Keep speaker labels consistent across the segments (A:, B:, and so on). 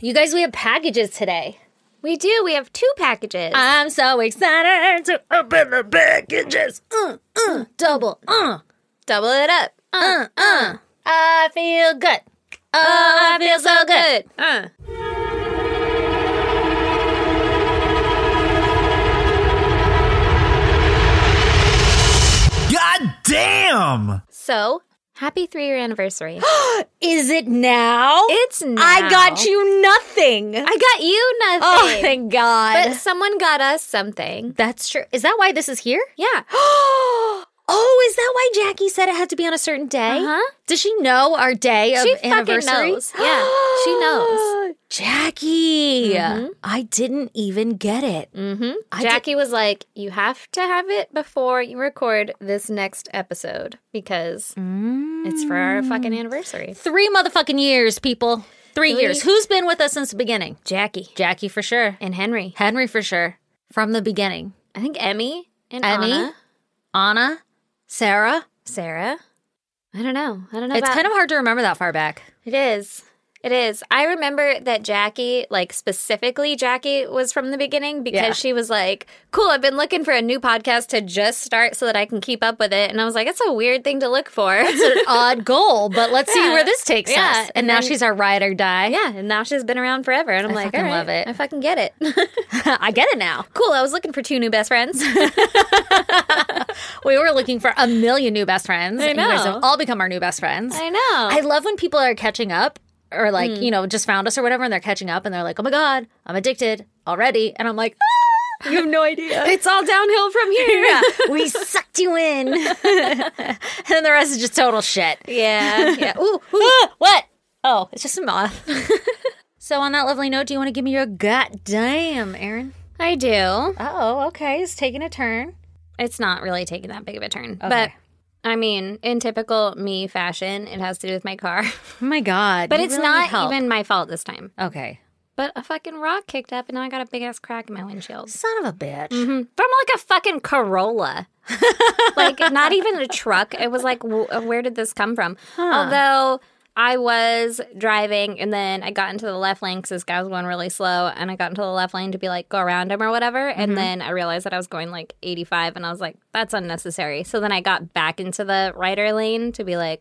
A: You guys, we have packages today.
B: We do. We have two packages.
A: I'm so excited to open the packages. Uh, uh, double, uh,
B: Double it up.
A: uh, uh. I feel good. Oh, I feel so good.
B: Uh.
C: God damn!
B: So, happy three year anniversary.
A: Is it now?
B: it's now.
A: I got you nothing.
B: I got you nothing.
A: oh, thank God.
B: But someone got us something.
A: That's true. Is that why this is here?
B: Yeah.
A: oh, is that why Jackie said it had to be on a certain day?
B: Uh-huh.
A: Does she know our day of
B: She fucking
A: anniversary?
B: knows. Yeah, she knows.
A: Jackie, I didn't even get it.
B: Mm-hmm.
A: I
B: Jackie was like, "You have to have it before you record this next episode because
A: Mm.
B: it's for our fucking anniversary."
A: Three motherfucking years, people. Three,
B: Three.
A: years. Who's been with us since the beginning?
B: Jackie
A: Jackie for sure.
B: and Henry.
A: Henry for sure. From the beginning.
B: I think Emmy and
A: Emmy,
B: Anna.
A: Anna, Sarah.
B: Sarah. I don't know. I don't know.
A: It's
B: about-
A: kind of hard to remember that far back.
B: It is. It is. I remember that Jackie, like specifically Jackie, was from the beginning because
A: Yeah.
B: she was like, cool, I've been looking for a new podcast to just start so that I can keep up with it. And I was like, that's a weird thing to look for. yeah.
A: Odd goal, but let's see where this takes
B: Yeah,
A: us. And,
B: and
A: now
B: then-
A: she's our ride or die.
B: And now she's been around forever. And I'm
A: I
B: like,
A: fucking
B: "All right,
A: love it."
B: I fucking get it.
A: I get it now.
B: cool. I was looking for two new best friends.
A: We were looking for a million new best friends.
B: I
A: and you guys
B: know.
A: have all become our new best friends.
B: I know.
A: I love when people are catching up or like, you know, just found us or whatever and they're catching up and they're like, oh my God, I'm addicted already. And I'm like, "Ah, you have no idea.
B: it's all downhill from here.
A: yeah, we sucked you in. and then the rest is just total shit.
B: yeah. Yeah. Ooh,
A: Ah, what? Oh, it's just a moth. so, on that lovely note, do you want to give me your goddamn, Aaron?
B: I do.
A: Oh, okay. It's taking a turn.
B: It's not really taking that big of a turn. But
A: Okay.
B: I mean, in typical me fashion, it has to do with my car.
A: Oh my God.
B: But
A: you
B: it's
A: really need
B: not
A: help.
B: even my fault this time.
A: Okay.
B: But a fucking rock kicked up and now I got a big ass crack in my windshield.
A: Son of a bitch.
B: Mhm. From like a fucking Corolla. like not even a truck. It was like w- uh, where did this come from? Although I was driving and then I got into the left lane because this guy was going really slow and I got into the left lane to be like go around him or whatever and then I realized that I was going like 85 and I was like that's unnecessary. So then I got back into the rider lane to be like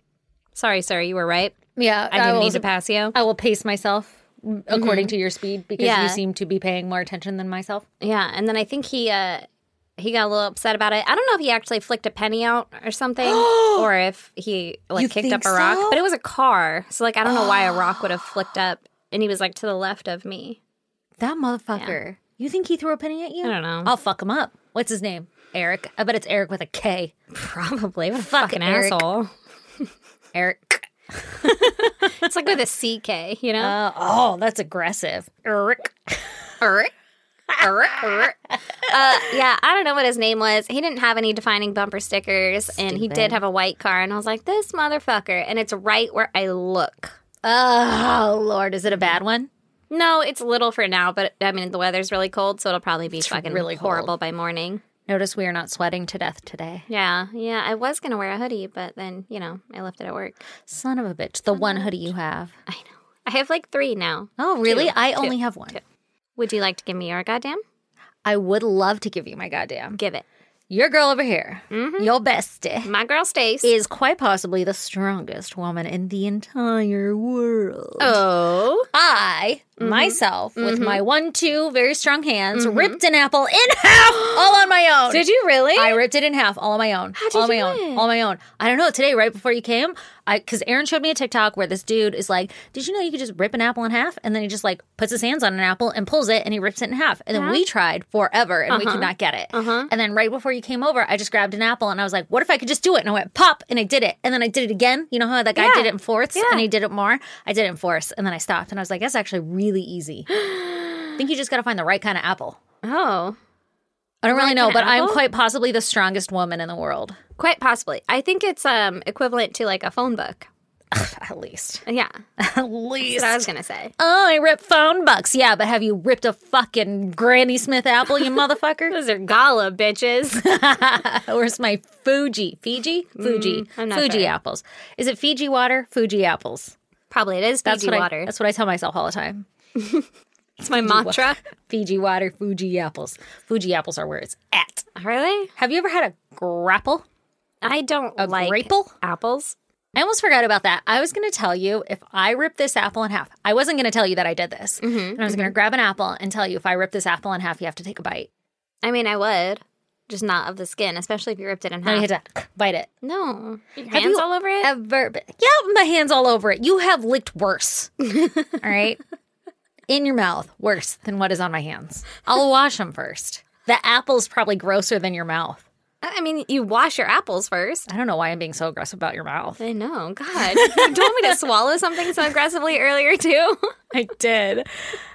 B: sorry sir you were right.
A: Yeah.
B: I didn't need
A: was-
B: to pass you.
A: I will pace myself mm, according to your speed because
B: Yeah.
A: you seem to be paying more attention than myself.
B: Yeah, and then I think he uh he got a little upset about it. I don't know if he actually flicked a penny out or something, or if he like
A: You
B: kicked up
A: think
B: a rock.
A: so?
B: But it was a car, so like I don't know why a rock would have flicked up. And he was like to the left of me.
A: That motherfucker. You think he threw a penny at you?
B: I don't know.
A: I'll fuck him up. What's his name? Eric. I bet it's Eric with a K.
B: Probably what a
A: fucking Eric.
B: asshole.
A: Eric.
B: It's like with a CK, you know.
A: Uh, oh, that's aggressive. Eric.
B: Eric. Eric. uh, yeah, I don't know what his name was. He didn't have any defining bumper stickers, and he did
A: Stupid.
B: have a white car. And I was like, this motherfucker. And it's right where I look.
A: Oh, Lord. Is it a bad one?
B: No, it's little for now, but I mean the weather's really cold, so it'll probably be fucking
A: really
B: really
A: cold.
B: horrible by morning.
A: Notice we are not sweating to death today.
B: Yeah, yeah. I was gonna wear a hoodie, but then you know I left it at work.
A: Son of a bitch. The one hoodie you have.
B: I know. I have like three now.
A: Oh, really?
B: Two.
A: I
B: Two.
A: only have one.
B: Would you like to give me your goddamn?
A: I would love to give you my goddamn.
B: Give it.
A: Your girl over here,
B: Mm-hmm.
A: your bestie.
B: My girl Stace.
A: is quite possibly the strongest woman in the entire world.
B: oh,
A: I, myself, with my one, two very strong hands, ripped an apple in half all on my own.
B: did you really?
A: I ripped it in half all on my own.
B: How'd
A: all
B: you
A: on my
B: do
A: own.
B: it?
A: All on my own. I don't know. Today, right before you came, I because Aaron showed me a TikTok where this dude is like, "Did you know you could just rip an apple in half?" And then he just like puts his hands on an apple and pulls it, and he rips it in half. And then we tried forever, and we
B: Uh-huh.
A: could not get it. And then right before you came over, I just grabbed an apple, and I was like, "What if I could just do it?" And I went pop, and I did it. And then I did it again. You know how that guy
B: Yeah.
A: did it in fourths,
B: Yeah.
A: and he did it more. I did it in fourths, and then I stopped, and I was like, "That's actually really easy." I think you just got to find the right kind of apple.
B: oh,
A: I don't really
B: Right
A: know,
B: kind
A: but
B: of
A: I'm
B: apple?
A: quite possibly the strongest woman in the world.
B: quite possibly. I think it's um equivalent to like a phone book.
A: At least.
B: Yeah, that's
A: At least.
B: what I was gonna say.
A: Oh, I rip phone bucks. Yeah, but have you ripped a fucking Granny Smith apple, you motherfucker?
B: Those are gala bitches.
A: Where's my Fuji? Fiji? Fuji.
B: Mm, I'm not
A: Fuji
B: sure.
A: apples. Is it Fiji water? Fuji apples.
B: Probably it is
A: That's
B: Fiji
A: what I-
B: water.
A: that's what I tell myself all the time.
B: It's my mantra.
A: Fiji water, Fuji apples. Fuji apples are where it's at.
B: Really?
A: Have you ever had a grapple?
B: I don't
A: A
B: like
A: grapple?
B: apples.
A: I almost forgot about that. I was going to tell you if I rip this apple in half. I wasn't going to tell you that I did this. And I was going to grab an apple and tell you if I rip this apple in half, you have to take a bite.
B: I mean, I would, just not of the skin, especially if you ripped it in
A: And
B: half.
A: you had to bite it.
B: no, Your
A: Have
B: hands
A: you
B: all over it.
A: Ever, been- yeah, my hands all over it. You have licked worse. all right. In your mouth, worse than what is on my hands. I'll wash them first. The apple's probably grosser than your mouth.
B: I I mean, you wash your apples first.
A: I don't know why I'm being so aggressive about your mouth.
B: I know. God, you told me to swallow something so aggressively earlier too.
A: I did.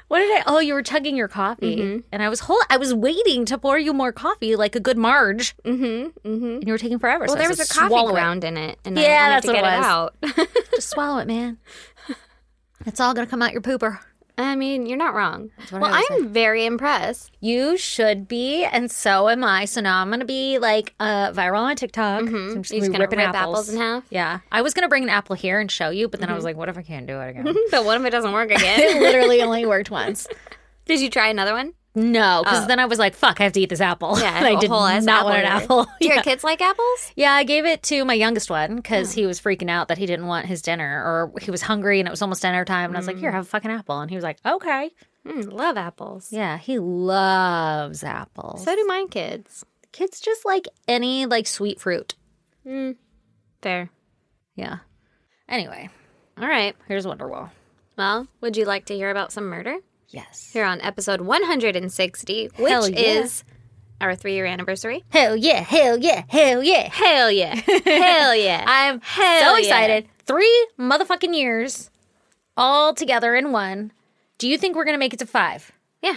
A: What did I? Oh, you were chugging your coffee, and I was whole. I was waiting to pour you more coffee, like a good Marge, mm-hmm, mm-hmm. and you were taking forever.
B: Well, there was a
A: swallow
B: coffee
A: it.
B: ground in it, and
A: Yeah,
B: I wanted
A: that's
B: to
A: what
B: get
A: it
B: it,
A: was.
B: out.
A: Just swallow it, man. It's all gonna come out your pooper.
B: I mean, you're not wrong.
A: what
B: Well,
A: I
B: I'm
A: always
B: very impressed.
A: You should be, and so am I. So now I'm gonna be like uh, viral on TikTok. So I'm Mm-hmm. just
B: You're
A: gonna
B: just
A: be
B: gonna
A: ripping
B: rip
A: apples.
B: apples in half?
A: Yeah, I was gonna bring an apple here and show you, but then I was like, what if I can't do it again?
B: But what if it doesn't work again?
A: it literally only worked once. Oh.
B: Did you try another one?
A: No, because then I was like, fuck, I have to eat this apple.
B: Yeah,
A: and I
B: a
A: did
B: whole
A: not
B: ass
A: want an
B: apple.
A: apple.
B: Do
A: Yeah.
B: your kids like apples?
A: Yeah, I gave it to my youngest one because he was freaking out that he didn't want his dinner or he was hungry and it was almost dinner time. And I was like, here, have a fucking apple. And he was like, okay.
B: Mm, love apples.
A: Yeah, he loves apples.
B: So do my kids.
A: kids just like any like sweet fruit.
B: Fair.
A: Yeah. Anyway,
B: All right.
A: here's Wonderwall.
B: Well, would you like to hear about some murder?
A: Yes.
B: Here on episode 160, which
A: Hell yeah.
B: is our three year anniversary.
A: Hell yeah, hell yeah, hell yeah.
B: Hell yeah. Hell yeah.
A: I'm
B: Hell
A: so
B: yeah.
A: excited. Three motherfucking years all together in one. Do you think we're going to make it to five?
B: yeah.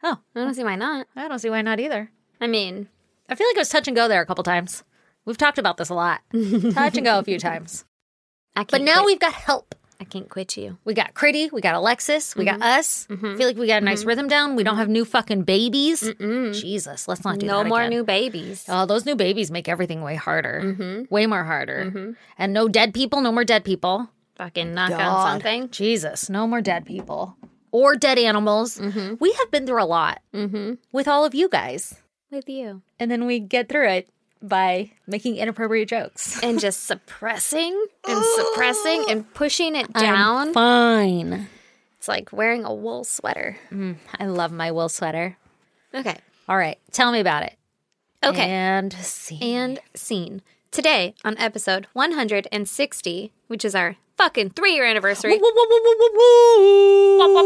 A: Oh,
B: I don't see why not.
A: I don't see why not either.
B: I mean,
A: I feel like it was touch and go there a couple times. We've talked about this a lot. touch and go a few times.
B: I can't
A: But now
B: quit-
A: we've got help.
B: I can't quit you.
A: We got Critty, we got Alexis, we got us. I feel like we got a nice rhythm down. We don't have new fucking babies. Jesus, let's not do
B: No
A: that.
B: more
A: again.
B: new babies.
A: Oh, those new babies make everything way harder. Way more harder. And no dead people, no more dead people.
B: Fucking knock
A: God.
B: on something.
A: Jesus, no more dead people or dead animals. We have been through a lot with all of you guys.
B: With you.
A: And then we get through it by making inappropriate jokes.
B: And just suppressing and suppressing and pushing it down. Mm-hmm.
A: Fine.
B: it's like wearing a wool sweater.
A: I love my wool sweater.
B: Okay.
A: All right, tell me about it.
B: Okay.
A: And see.
B: and scene. Today on episode 160, which is our fucking three year anniversary.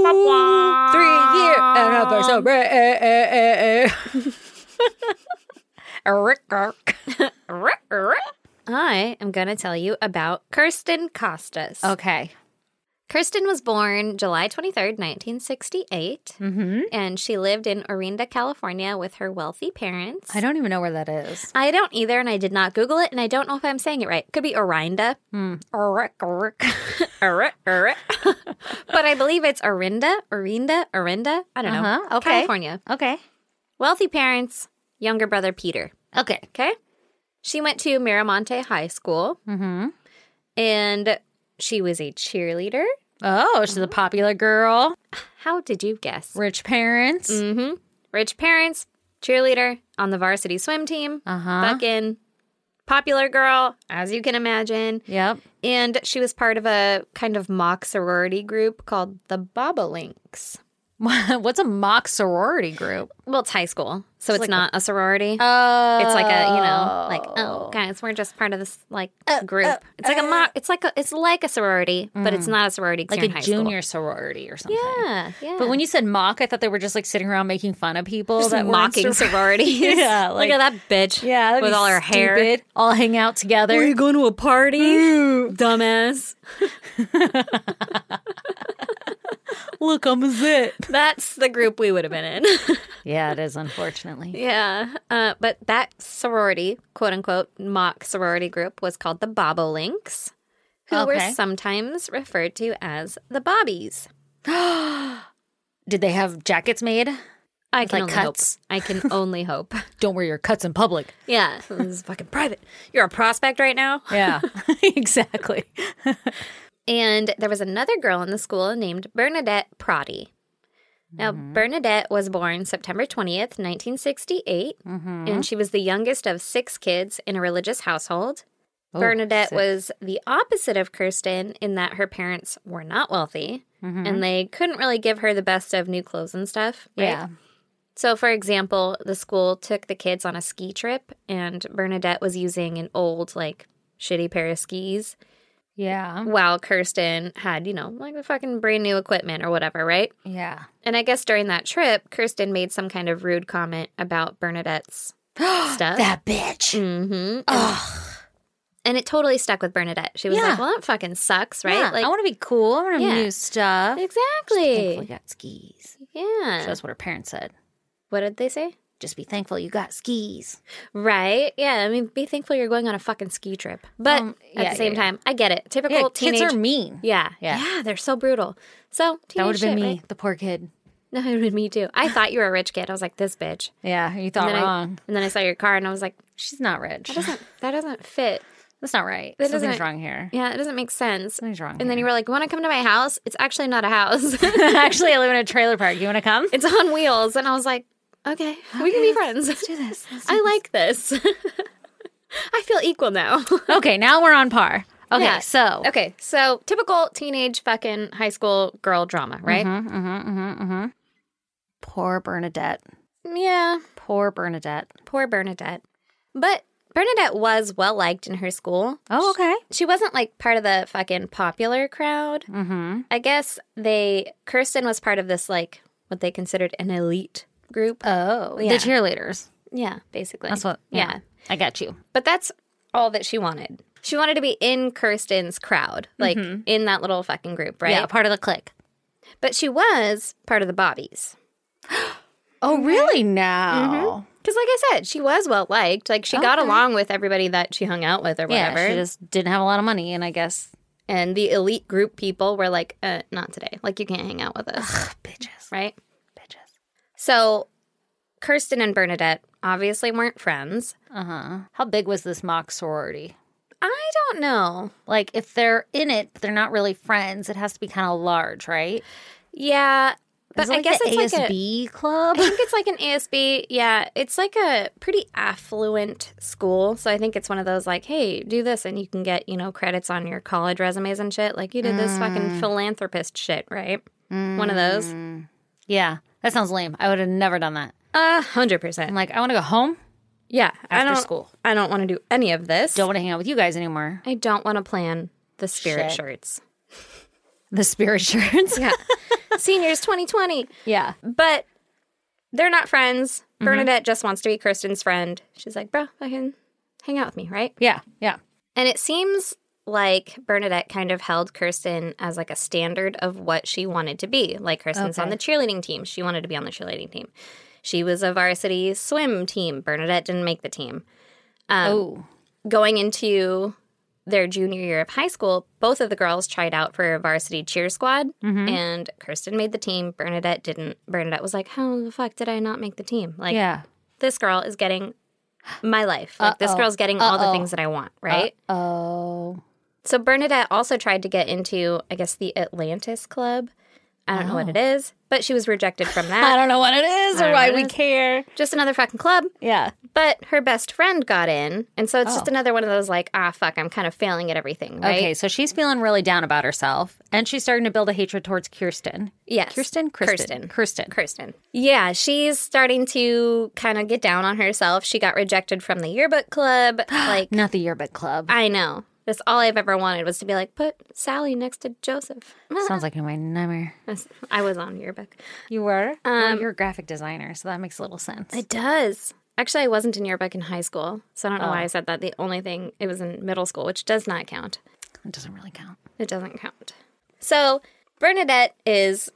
A: Three year anniversary. Rick, rick.
B: I am going to tell you about Kirsten Costas.
A: Okay.
B: Kirsten was born July 23rd, 1968,
A: Mm-hmm.
B: and she lived in Orinda, California with her wealthy parents.
A: I don't even know where that is.
B: I don't either, and I did not Google it, and I don't know if I'm saying it right. Could be Orinda.
A: Hmm. Rick, rick.
B: but I believe it's Orinda, Orinda, Orinda. I don't
A: Uh-huh,
B: know.
A: okay.
B: California.
A: Okay.
B: Wealthy parents, younger brother Peter.
A: Okay.
B: Okay. She went to Miramonte High School. Mm-hmm. And she was a cheerleader.
A: Oh, she's a popular girl.
B: How did you guess?
A: Rich parents.
B: Mm-hmm. Rich parents, cheerleader on the varsity swim team.
A: Uh-huh.
B: Fucking popular girl, as you can imagine.
A: Yep.
B: And she was part of a kind of mock sorority group called the Bobolinks.
A: What's a mock sorority group?
B: Well, it's high school, so it's, not a sorority.
A: Oh.
B: It's Uh, like a you know like oh guys we're just part of this like
A: Uh,
B: group. It's like a mo- it's like a it's like a sorority, but it's not a sorority. 'cause
A: Mm. like a
B: you're in high school.
A: junior sorority or something.
B: Yeah, yeah.
A: But when you said mock, I thought they were just like sitting around making fun of people that were
B: mocking sororities,
A: Yeah, like-
B: look at that bitch.
A: Yeah,
B: with all her hair.
A: all hang out together.
B: going to a party, Mm. dumbass?
A: Look, I'm a zit.
B: That's the group we would have been in.
A: Yeah, it is unfortunately.
B: yeah, uh, but that sorority, quote unquote, mock sorority group was called the Bobolinks, who
A: Okay.
B: were sometimes referred to as the Bobbies.
A: Did they have jackets made?
B: I can
A: like
B: only
A: cuts?
B: hope. I can only hope.
A: Don't wear your cuts in public.
B: Yeah. This is fucking private. You're a prospect right now.
A: Yeah, exactly.
B: And there was another girl in the school named Bernadette Prodi. Now, Bernadette was born September 20th, 1968,
A: Mm-hmm.
B: and she was the youngest of six kids in a religious household.
A: Oh,
B: Bernadette
A: sick.
B: was the opposite of Kirsten in that her parents were not wealthy
A: Mm-hmm.
B: and they couldn't really give her the best of new clothes and stuff. right?
A: Yeah.
B: So, for example, the school took the kids on a ski trip, and Bernadette was using an old, like, shitty pair of skis,
A: Yeah.
B: while Kirsten had, you know, like the fucking brand new equipment or whatever, right?
A: Yeah.
B: And I guess during that trip, Kirsten made some kind of rude comment about Bernadette's stuff.
A: That bitch.
B: hmm
A: Oh,
B: And it totally stuck with Bernadette. She was
A: Yeah.
B: like, well, that fucking sucks, right?
A: Yeah,
B: like,
A: I want to be cool. I want to
B: Yeah.
A: new stuff. Thankful you
B: exactly.
A: got skis.
B: Yeah.
A: That's what her parents said.
B: what did they say?
A: Just be thankful you got skis.
B: Right. Yeah. I mean, be thankful you're going on a fucking ski trip. But
A: Um,
B: at
A: yeah,
B: the same
A: yeah, yeah.
B: time, I get it. Typical
A: Yeah,
B: teenage.
A: kids are mean.
B: yeah,
A: Yeah.
B: yeah. They're so brutal. So
A: that would have
B: teenage
A: been
B: shit,
A: me,
B: right?
A: the poor kid.
B: No, it would me too. I thought you were a rich kid. I was like, this bitch.
A: Yeah, you
B: And
A: thought
B: then I,
A: wrong.
B: and then I saw your car, and I was like,
A: She's not rich.
B: that doesn't, that doesn't fit.
A: That's not right.
B: That
A: Something's
B: doesn't-
A: wrong here.
B: Yeah, it doesn't make sense.
A: Something's wrong.
B: And then you
A: here.
B: were like, want to come to my house? It's actually not a house.
A: actually, I live in a trailer park. You want to come?
B: it's on wheels. And I was like, okay, we can be friends. Let's
A: do this. Let's
B: I like this. I feel equal now.
A: Okay, now we're on par. Okay,
B: Yeah.
A: so
B: Okay, so typical teenage fucking high school girl drama, right?
A: mm-hmm, poor Bernadette.
B: Yeah,
A: Poor Bernadette.
B: poor Bernadette. But Bernadette was well liked in her school.
A: Oh, okay.
B: She wasn't like part of the fucking popular crowd.
A: Mm-hmm.
B: I guess they, Kirsten was part of this like what they considered an elite group.
A: Oh,
B: yeah.
A: the cheerleaders.
B: yeah, basically.
A: That's what.
B: Uh, yeah.
A: I got you.
B: But that's all that she wanted. She wanted to be in Kirsten's crowd, like in that little fucking group, right?
A: Yeah, part of the clique.
B: But she was part of the Bobbies.
A: Oh, really? Now,
B: Because, like I said, she was well liked. Like, she got along with everybody that she hung out with or
A: yeah,
B: whatever.
A: she just didn't have a lot of money, and I guess
B: and the elite group people were like, uh, not today. Like, you can't hang out with us.
A: bitches,
B: right?
A: bitches.
B: So, Kirsten and Bernadette obviously weren't friends.
A: Uh huh. How big was this mock sorority?
B: I don't know.
A: Like, if they're in it, but they're not really friends, it has to be kind of large, right?
B: Yeah. But
A: Is it
B: I
A: like
B: guess
A: the
B: it's like a.
A: ASB club.
B: I think it's like an ASB. Yeah, it's like a pretty affluent school. So I think it's one of those like, hey, do this and you can get, you know, credits on your college resumes and shit. Like you did this
A: Mm.
B: fucking philanthropist shit, right? One of those.
A: yeah, that sounds lame. I would have never done that.
B: A hundred
A: I'm
B: percent.
A: like, I want to go home.
B: Yeah. I
A: After
B: don't,
A: school.
B: I don't want to do any of this.
A: Don't want to hang out with you guys anymore.
B: I don't want to plan the spirit
A: Shit.
B: shirts.
A: The spirit shirts.
B: Yeah. Seniors 2020.
A: yeah.
B: But they're not friends.
A: Mm-hmm.
B: Bernadette just wants to be Kristen's friend. She's like, bro, fucking hang out with me, right?
A: Yeah. Yeah.
B: And it seems like Bernadette kind of held Kirsten as like a standard of what she wanted to be. Like Kirsten's on
A: Okay.
B: the cheerleading team. She wanted to be on the cheerleading team. She was a varsity swim team. Bernadette didn't make the team.
A: oh.
B: Going into their junior year of high school, both of the girls tried out for a varsity cheer squad
A: Mm-hmm.
B: and Kirsten made the team. Bernadette didn't. Bernadette was like, How the fuck did I not make the team? Like
A: Yeah.
B: this girl is getting my life. Like this
A: Uh-oh.
B: girl's getting all the
A: Uh-oh.
B: things that I want, right?
A: Oh.
B: So Bernadette also tried to get into, I guess, the Atlantis Club. I don't know what it is, but she was rejected from
A: Oh. I
B: that.
A: don't know what it is or
B: don't
A: why
B: know what
A: we
B: it is.
A: care.
B: just another fucking club.
A: Yeah.
B: But her best friend got in, and so it's just
A: Oh.
B: another one of those like, ah, fuck, I'm kind of failing at everything, right?
A: Okay, so she's feeling really down about herself, and she's starting to build a hatred towards Kirsten.
B: Yes.
A: Kirsten, Kirsten,
B: Kirsten.
A: Kirsten.
B: Kirsten. Yeah, she's starting to kind of get down on herself. She got rejected from the yearbook club. Like,
A: Not the yearbook club.
B: I know. That's all I've ever wanted was to be like, put Sally next to Joseph.
A: Sounds like my nightmare.
B: I was on yearbook.
A: You were.
B: Um,
A: well, you're a graphic designer, so that makes little sense.
B: It does. Oh. Actually, I wasn't in yearbook in high school, so I don't know why I said that. The only thing it was in middle school, which does not count.
A: it doesn't really count.
B: It doesn't count. So Bernadette is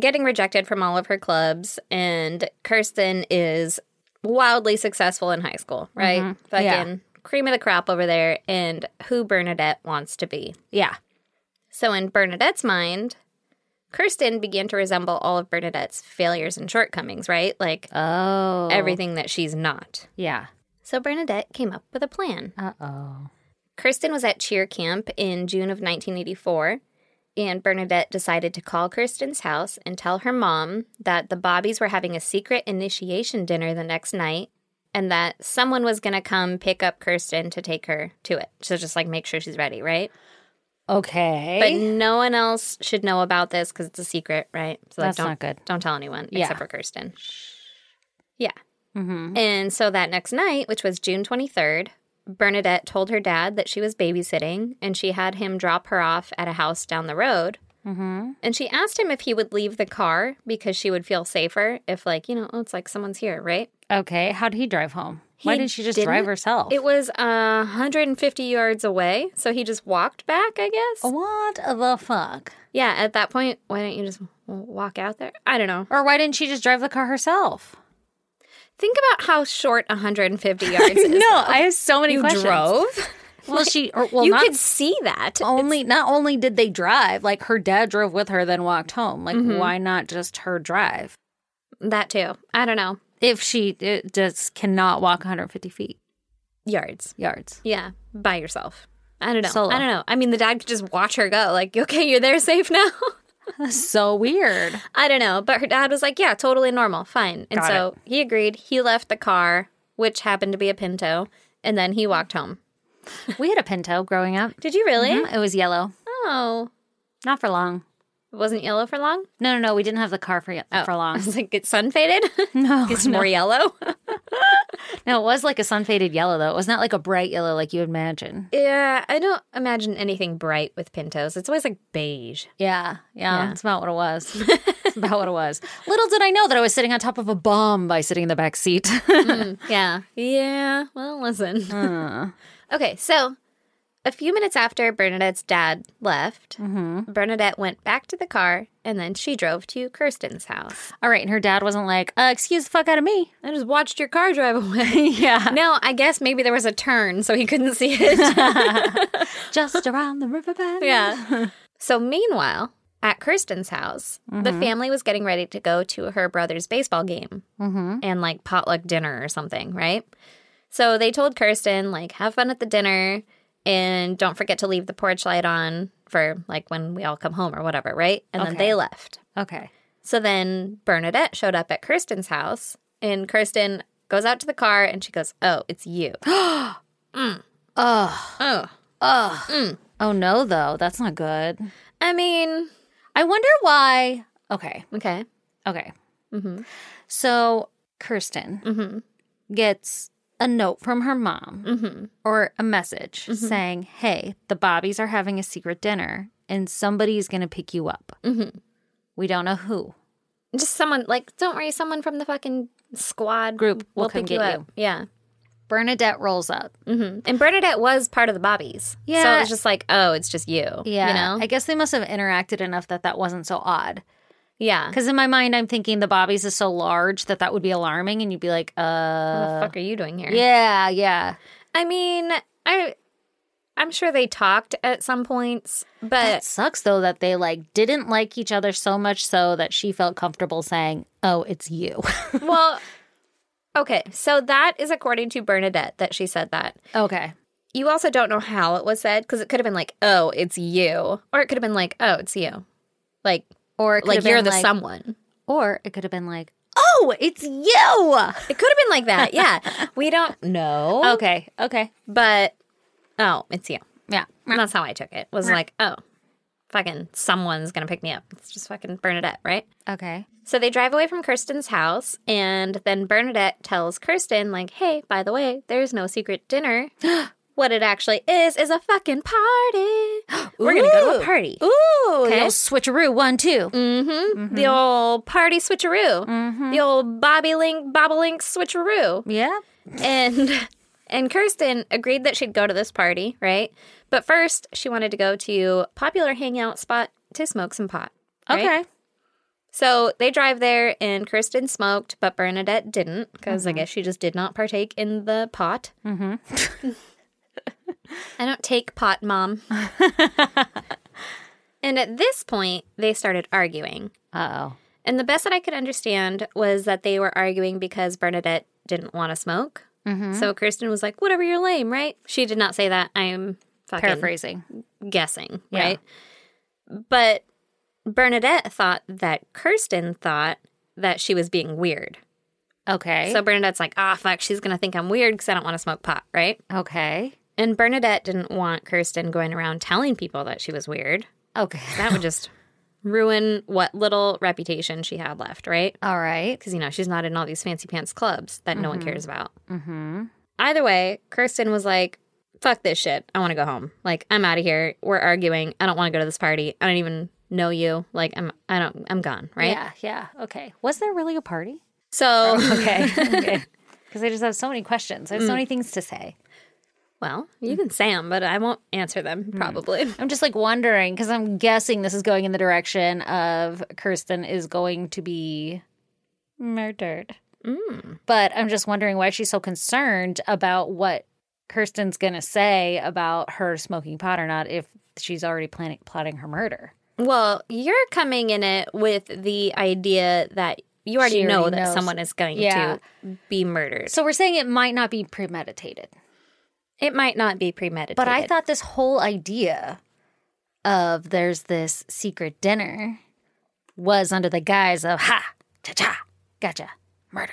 B: getting rejected from all of her clubs, and Kirsten is wildly successful in high school, right? Fucking
A: Mm-hmm. Yeah.
B: cream of the crop over there, and who Bernadette wants to be.
A: Yeah.
B: So in Bernadette's mind, Kirsten began to resemble all of Bernadette's failures and shortcomings, right? Like
A: Oh.
B: everything that she's not.
A: Yeah.
B: So Bernadette came up with a plan.
A: Uh oh.
B: Kirsten was at cheer camp in June of 1984, and Bernadette decided to call Kirsten's house and tell her mom that the Bobbies were having a secret initiation dinner the next night and that someone was going to come pick up Kirsten to take her to it. So just like make sure she's ready, right?
A: Okay.
B: But no one else should know about this because it's a secret, right? So like,
A: That's
B: don't,
A: not good.
B: Don't tell anyone
A: Yeah.
B: except for Kirsten. Yeah.
A: Mm-hmm.
B: And so that next night, which was June 23rd, Bernadette told her dad that she was babysitting and she had him drop her off at a house down the road. Mm-hmm. And she asked him if he would leave the car because she would feel safer if, like, you know, oh, it's like someone's here, right?
A: okay. How did he drive home? Why
B: He
A: didn't she just
B: didn't-
A: drive herself?
B: It was uh, 150 yards away, so he just walked back, I guess.
A: what the fuck?
B: Yeah, at that point, why don't you just w- walk out there? I don't know.
A: Or why didn't she just drive the car herself?
B: Think about how short 150 yards is.
A: I have so many
B: you drove.
A: Well, she or, well
B: you
A: not Oh.
B: could see that.
A: only not only did they drive, like her dad drove with her, then walked home. Like,
B: Mm-hmm.
A: why not just her drive?
B: That too. I don't know.
A: If she it just cannot walk 150 feet
B: Yards.
A: yards,
B: Yeah, by yourself. I don't know.
A: Solo.
B: I don't know. I mean, the dad could just watch her go. Like, okay, you're there safe now. Mm-hmm.
A: that's so weird.
B: I don't know. But her dad was like, yeah, totally normal, fine. And
A: Got
B: so he agreed. He left the car, which happened to be a Pinto, and then he walked home.
A: We had a Pinto growing up.
B: Did you really?
A: It was yellow,
B: Oh,
A: not for long.
B: it wasn't yellow for long.
A: No, no, no. We didn't have the car for ye- for
B: I
A: long.
B: was like, it's sun faded.
A: No,
B: it's more yellow.
A: no. It was like a sun faded yellow though. It was not like a bright yellow like you imagine.
B: Yeah, I don't imagine anything bright with pintos. It's always like beige.
A: Yeah, yeah, It's about what it was. It's about what it was. Little did I know that I was sitting on top of a bomb by sitting in the back seat.
B: Yeah. Yeah. Well, listen. Uh. okay, so a few minutes after Bernadette's dad left, Bernadette went back to the car and then she drove to Kirsten's house.
A: All right, and her dad wasn't like, uh, "Excuse the fuck out of me."
B: I just watched your car drive away.
A: Yeah,
B: no, I guess maybe there was a turn so he couldn't see it.
A: just around the riverbed.
B: yeah. So meanwhile, at Kirsten's house, the family was getting ready to go to her brother's baseball game and like potluck dinner or something, right? So they told Kirsten, like, have fun at the dinner and don't forget to leave the porch light on for like when we all come home or whatever, right? And then
A: Okay.
B: they left.
A: Okay.
B: So then Bernadette showed up at Kirsten's house and Kirsten goes out to the car and she goes, Oh, it's you.
A: Oh,
B: oh.
A: oh no, though that's not good.
B: I mean,
A: I wonder why. Okay,
B: okay.
A: okay. So Kirsten gets a note from her mom or a message saying, "Hey, the Bobbies are having a secret dinner, and somebody's going to pick you up. We don't know who.
B: Just someone, like, don't worry, someone from the fucking squad
A: Group will
B: will
A: come
B: pick you
A: get
B: up.
A: you.
B: Yeah.
A: Bernadette rolls up.
B: hmm And Bernadette was part of the Bobbies. So
A: Yeah.
B: it was just like, oh, it's just you.
A: Yeah,
B: You know?
A: I guess they must have interacted enough that that wasn't so odd.
B: yeah.
A: Because in my mind, I'm thinking the Bobbies is so large that that would be alarming, and you'd be like, "Uh,
B: What the fuck are you doing here?
A: yeah, yeah."
B: I mean, I I'm sure they talked at some points,
A: It
B: but
A: sucks though that they like didn't like each other so much so that she felt comfortable saying, "Oh, it's you."
B: well okay, so that is according to Bernadette that she said that.
A: okay.
B: You also don't know how it was said cuz it could have been like, "Oh, it's you." Or it could have been like, "Oh, it's you." Like
A: Or it could
B: like
A: have been
B: you're the
A: like-
B: someone.
A: Or it could have been like, "Oh, it's you."
B: It could have been like that. Yeah. we don't know.
A: Okay. Okay.
B: But oh, it's you.
A: Yeah.
B: And that's how I took it. Was like, oh, fucking someone's gonna pick me up. It's just fucking Bernadette, right?
A: Okay.
B: So they drive away from Kirsten's house, and then Bernadette tells Kirsten, like, hey, by the way, there's no secret dinner. what it actually is is a fucking party. We're gonna go to a
A: Ooh.
B: party.
A: Ooh,
B: Okay.
A: okay. Mm, switcheroo one two.
B: The old party switcheroo.
A: Mm-hmm.
B: The old Bobby Link Bobolink switcheroo.
A: Yeah.
B: and and Kirsten agreed that she'd go to this party, right? But first, she wanted to go to popular hangout spot to smoke some pot. right?
A: Okay.
B: So they drive there, and Kirsten smoked, but Bernadette didn't because I guess she just did not partake in the pot. Mm-hmm. I don't take pot, mom. and at this point, they started arguing.
A: Uh oh.
B: And the best that I could understand was that they were arguing because Bernadette didn't want to smoke. So Kirsten was like, whatever, you're lame, right? She did not say that. I'm fucking
A: Paraphrasing.
B: guessing,
A: Yeah.
B: right? But Bernadette thought that Kirsten thought that she was being weird.
A: Okay.
B: So Bernadette's like, ah, fuck, she's going to think I'm weird because I don't want to smoke pot, right?
A: okay.
B: And Bernadette didn't want Kirsten going around telling people that she was weird.
A: Okay.
B: That would just ruin what little reputation she had left, right?
A: All right.
B: Because, you know, she's not in all these fancy pants clubs that no one cares about. Mm-hmm. Either way, Kirsten was like, fuck this shit. I want to go home. Like, I'm out of here. We're arguing. I don't want to go to this party. I don't even know you. Like, I'm, I don't, I'm gone, right?
A: Yeah. Yeah. Okay. Was there really a party?
B: So,
A: Okay. okay. Because I just have so many questions. I have so many things to say.
B: well, you can say them, but I won't answer them probably.
A: I'm just like wondering because I'm guessing this is going in the direction of Kirsten is going to be murdered. But I'm just wondering why she's so concerned about what Kirsten's going to say about her smoking pot or not if she's already planning plotting her murder.
B: Well, you're coming in it with the idea that you already
A: She
B: know
A: already
B: that
A: knows.
B: someone is going
A: Yeah.
B: to be murdered.
A: So we're saying it might not be premeditated.
B: It might not be premeditated.
A: But I thought this whole idea of there's this secret dinner was under the guise of ha, cha cha, gotcha, murder.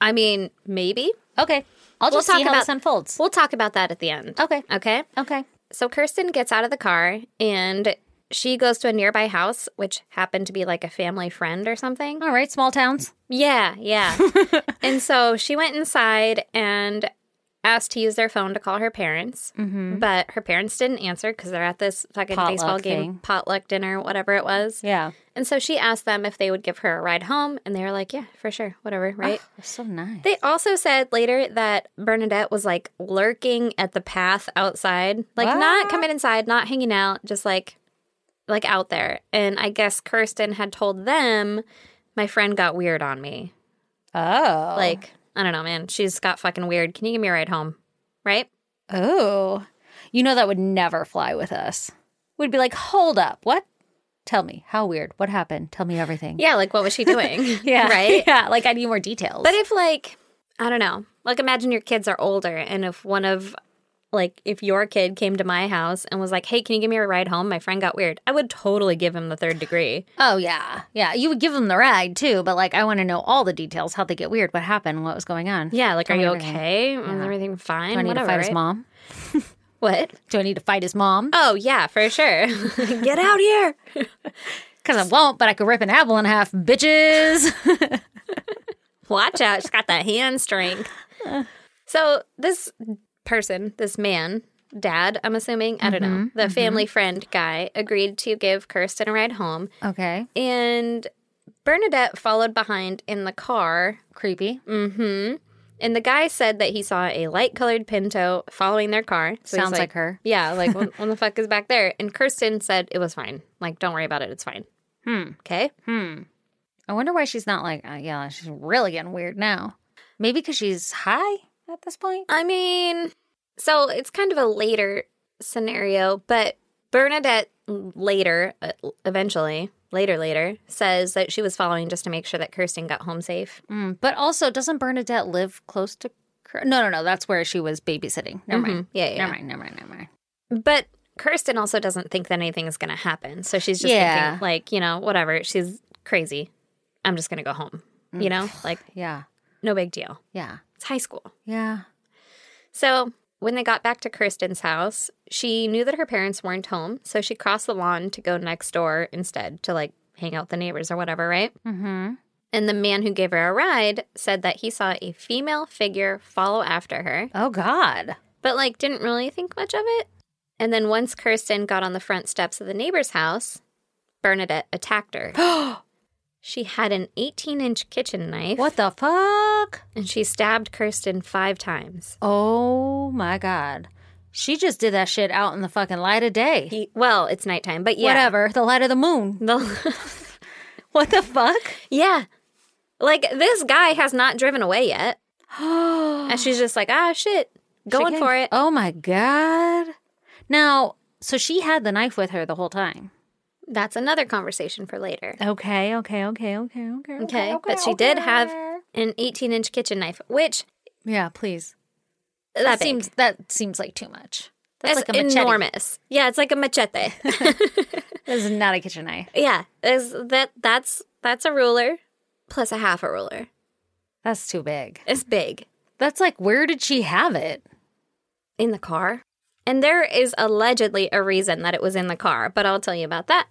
B: I mean, maybe.
A: Okay. I'll
B: We'll
A: just
B: talk
A: see how
B: about-
A: this unfolds.
B: We'll talk about that at the end.
A: Okay.
B: Okay.
A: Okay.
B: So Kirsten gets out of the car and she goes to a nearby house, which happened to be like a family friend or something.
A: All right, small towns.
B: Yeah, yeah. and so she went inside and asked to use their phone to call her parents, but her parents didn't answer because they're at this fucking
A: Mm-hmm. Potluck
B: baseball game,
A: thing.
B: potluck dinner, whatever it was.
A: Yeah.
B: And so she asked them if they would give her a ride home, and they were like, "Yeah, for sure, whatever, right?"
A: Ah, So nice.
B: They also said later that Bernadette was like lurking at the path outside, like not
A: What?
B: coming inside, not hanging out, just like like out there. And I guess Kirsten had told them my friend got weird on me.
A: oh.
B: Like, I don't know, man. She's got fucking weird. Can you give me a ride home? Right?
A: oh. You know that would never fly with us. We'd be like, "Hold up. What? Tell me. How weird? What happened? Tell me everything."
B: Yeah, like what was she doing?
A: Right?
B: Right?
A: Yeah, like I need more details.
B: But if like I don't know, like imagine your kids are older and if one of like if your kid came to my house and was like, "Hey, can you give me a ride home? My friend got weird." I would totally give him the third degree.
A: oh yeah. Yeah, you would give them the ride too, but like I want to know all the details, how they get weird, what happened, what was going on.
B: Yeah, like,
A: Tell
B: are
A: me
B: you
A: everything.
B: okay? Is everything fine?
A: Do I need
B: Whatever,
A: to fight
B: right?
A: his mom?
B: What?
A: Do I need to fight his mom?
B: Oh yeah, for sure. Get out here.
A: Cuz I won't, but I could rip an apple in half, bitches.
B: Watch out. She's got that hand strength. So this person, this man, dad, I'm assuming, I don't know, the family friend guy agreed to give Kirsten a ride home.
A: okay.
B: And Bernadette followed behind in the car.
A: Creepy.
B: And the guy said that he saw a light colored pinto following their car. So he's
A: Sounds like her.
B: Yeah, like when, when the fuck is back there? And Kirsten said it was fine. Like, don't worry about it. It's fine. Hmm. Okay.
A: I wonder why she's not like, uh, yeah, she's really getting weird now. Maybe because she's high at this point.
B: I mean, so it's kind of a later scenario, but Bernadette later, uh, eventually, later, later, says that she was following just to make sure that Kirsten got home safe.
A: Mm, but also, doesn't Bernadette live close to? Cur- No, no, no. That's where she was babysitting. Never mind.
B: Yeah,
A: Mm-hmm.
B: yeah.
A: Never mind. Never mind. Never mind.
B: But Kirsten also doesn't think that anything is going to happen. So she's just
A: Yeah.
B: thinking, like, you know, whatever. She's crazy. I'm just going to go home. You know, like,
A: Yeah.
B: no big deal.
A: Yeah.
B: It's high school.
A: Yeah.
B: So when they got back to Kirsten's house, she knew that her parents weren't home, so she crossed the lawn to go next door instead to like hang out with the neighbors or whatever, right?
A: Mm-hmm.
B: And the man who gave her a ride said that he saw a female figure follow after her,
A: Oh God.
B: but like didn't really think much of it. And then once Kirsten got on the front steps of the neighbor's house, Bernadette attacked her. she had an 18 inch kitchen knife
A: What the fuck?
B: and she stabbed Kirsten five times.
A: Oh my God. She just did that shit out in the fucking light of day.
B: He, well, it's nighttime, but yeah.
A: Whatever. The light of the moon.
B: The,
A: What the fuck?
B: Yeah. Like this guy has not driven away yet. and she's just like, ah, shit, going
A: She
B: for
A: came-
B: it.
A: Oh my God. Now, so she had the knife with her the whole time.
B: That's another conversation for later.
A: Okay, okay, okay, okay, okay.
B: Okay. but she did have an 18 inch kitchen knife, which
A: Yeah, please.
B: that
A: seems that seems like too much.
B: That's
A: like a machete.
B: enormous. Yeah, it's like a machete.
A: This is not a kitchen knife.
B: yeah, is that that's that's a ruler plus a half a ruler.
A: That's too big.
B: It's big
A: That's like, where did she have it?
B: in the car, and there is allegedly a reason that it was in the car, but I'll tell you about that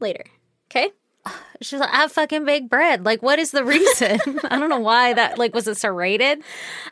B: later. Okay.
A: She's like, I fucking bake bread. Like, what is the reason? I don't know why that, like, was it serrated?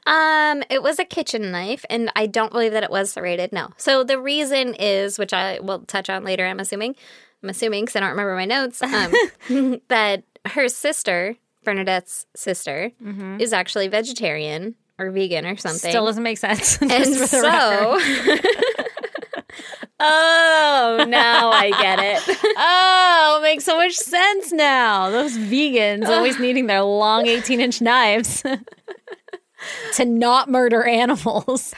B: Um, it was a kitchen knife, and I don't believe that it was serrated. No. So the reason is, which I will touch on later. I'm assuming, I'm assuming because I don't remember my notes. Um, that her sister, Bernadette's sister, is actually vegetarian or vegan or something.
A: Mm-hmm. Still doesn't make sense.
B: and
A: Just for the record.
B: so. oh, now I get it.
A: oh, it makes so much sense now. Those vegans always needing their long 18 inch knives to not murder animals.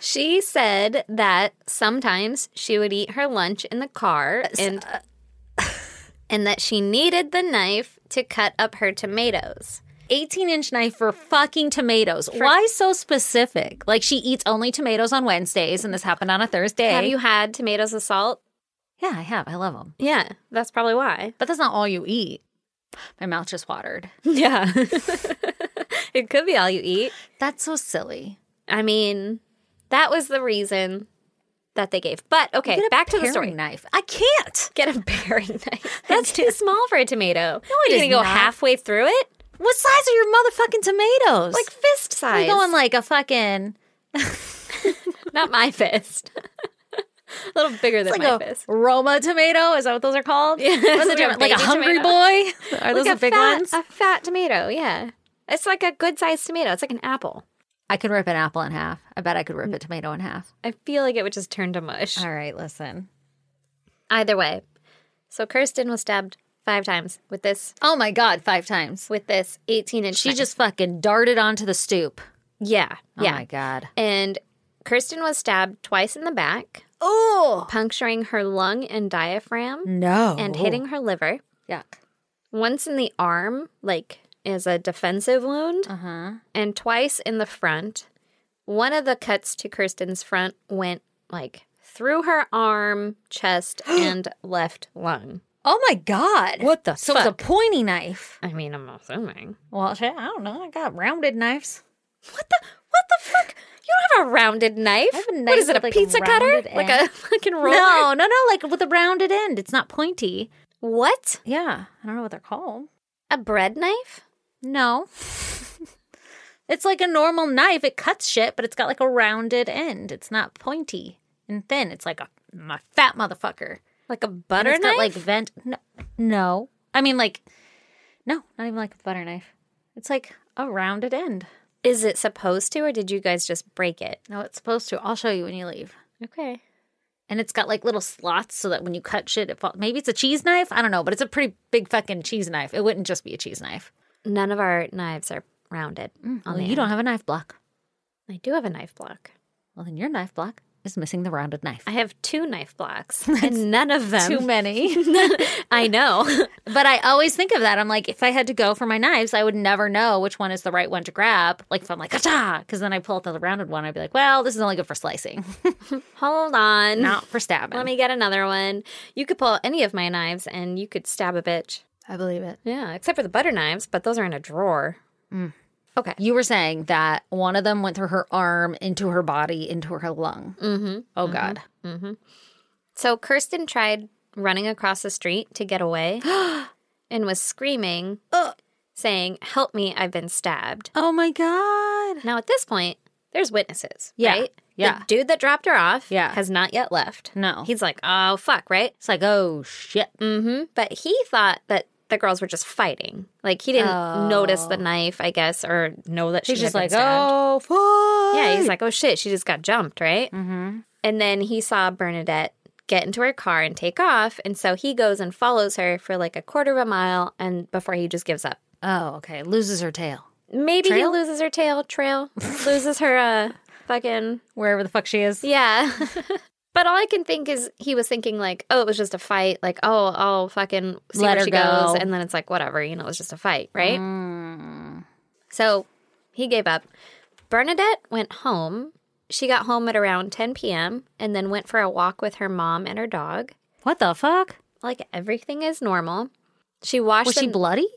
B: She said that sometimes she would eat her lunch in the car and
A: uh,
B: and that she needed the knife to cut up her tomatoes.
A: 18 inch knife for fucking tomatoes. Why so specific? Like she eats only tomatoes on Wednesdays, and this happened on a Thursday.
B: Have you had tomatoes with salt?
A: Yeah, I have. I love them.
B: Yeah, that's probably why.
A: But that's not all you eat. My mouth just watered.
B: Yeah. it could be all you eat.
A: That's so silly.
B: I mean, that was the reason that they gave. But okay,
A: Get a
B: back to the
A: paring
B: story.
A: Knife. I can't.
B: Get a paring knife. That's too small for a tomato. No,
A: it
B: You're
A: is
B: gonna go
A: not.
B: halfway through it?
A: What size are your motherfucking tomatoes?
B: Like fist size.
A: You're going like a fucking
B: Not my fist. a little bigger than
A: like
B: my
A: a
B: fist.
A: Roma tomato. Is that what those are called? Yeah,
B: it's like a
A: like a
B: baby
A: hungry boy. Are those
B: Like
A: the big
B: fat,
A: ones?
B: A fat tomato, yeah. It's like a good sized tomato. It's like an apple.
A: I could rip an apple in half. I bet I could rip a tomato in half.
B: I feel like it would just turn to mush.
A: Mm. All right, listen.
B: Either way. So Kirsten was stabbed five times with this
A: Oh my god, five times.
B: with this 18 inch.
A: She
B: knife.
A: just fucking darted onto the stoop.
B: yeah
A: Oh
B: yeah.
A: my god.
B: And Kirsten was stabbed twice in the back,
A: Oh
B: puncturing her lung and diaphragm,
A: no.
B: and hitting her liver.
A: Yuck.
B: Once in the arm, like as a defensive wound,
A: Uh huh.
B: and twice in the front. One of the cuts to Kirsten's front went like through her arm, chest, and left lung.
A: Oh my god. What the? So it
B: fuck?
A: was a pointy knife.
B: I mean, I'm assuming.
A: Well, shit, I don't know. I got rounded knives.
B: What the? What the fuck? You don't have a rounded knife.
A: have a
B: what
A: knife
B: is it? A
A: with, like, a
B: pizza cutter?
A: rounded
B: Like a
A: end.
B: fucking roller?
A: No, no, no. Like with a rounded end. It's not pointy.
B: What?
A: Yeah. I don't know what they're called.
B: A bread knife?
A: No. it's like a normal knife. It cuts shit, but it's got like a rounded end. It's not pointy and thin. It's like a my fat motherfucker.
B: Like a
A: And
B: butter
A: it's
B: knife?
A: got like vent. No, no. I mean like, no, not even like a butter knife. It's like a rounded end.
B: is it supposed to, or did you guys just break it?
A: No, it's supposed to. I'll show you when you leave.
B: Okay.
A: And it's got like little slots so that when you cut shit, it falls. Maybe it's a cheese knife. I don't know, but it's a pretty big fucking cheese knife. It wouldn't just be a cheese knife.
B: None of our knives are rounded. on
A: Well,
B: the
A: you don't have a knife block.
B: I do have a knife block.
A: Well, then your knife block is missing the rounded knife.
B: I have two knife blocks, and none of them.
A: many.
B: I know.
A: But I always think of that. I'm like, if I had to go for my knives, I would never know which one is the right one to grab. Like, if I'm like, ah, because then I pull out the rounded one, I'd be like, well, this is only good for slicing,
B: Hold on.
A: not for stabbing.
B: Let me get another one. You could pull any of my knives and you could stab a bitch.
A: I believe it.
B: Yeah, except for the butter knives, but those are in a drawer. Okay.
A: You were saying that one of them went through her arm, into her body, into her lung. Mm-hmm. Oh, God.
B: So Kirsten tried running across the street to get away and was screaming, saying, Help me, I've been stabbed.
A: Oh, my God.
B: Now, at this point, there's witnesses,
A: Yeah,
B: right?
A: yeah.
B: The dude that dropped her off
A: Yeah.
B: has not yet left.
A: No.
B: He's like, Oh, fuck, right?
A: It's like, oh, shit.
B: Mm-hmm. But he thought that the girls were just fighting. Like he didn't notice the knife, I guess, or know that
A: Oh.
B: she
A: He's
B: had
A: just
B: been
A: like,
B: stabbed.
A: oh, fuck.
B: yeah. He's like, oh shit, she just got jumped, right? Mm-hmm. And then he saw Bernadette get into her car and take off, and so he goes and follows her for like a quarter of a mile, and before he just gives up.
A: oh, okay. Loses her tail.
B: Maybe
A: Trail?
B: he loses her tail, trail loses her uh fucking
A: Wherever the fuck she is.
B: yeah. But all I can think is he was thinking like, oh, it was just a fight. Like, oh, I'll fucking see
A: Let
B: where
A: her
B: she
A: go.
B: goes, and then it's like whatever, you know, it was just a fight, right?
A: Mm.
B: So he gave up. Bernadette went home She got home at around 10 p.m. and then went for a walk with her mom and her dog.
A: What the fuck?
B: Like everything is normal. She washed.
A: Was
B: the-
A: she Hmm. bloody?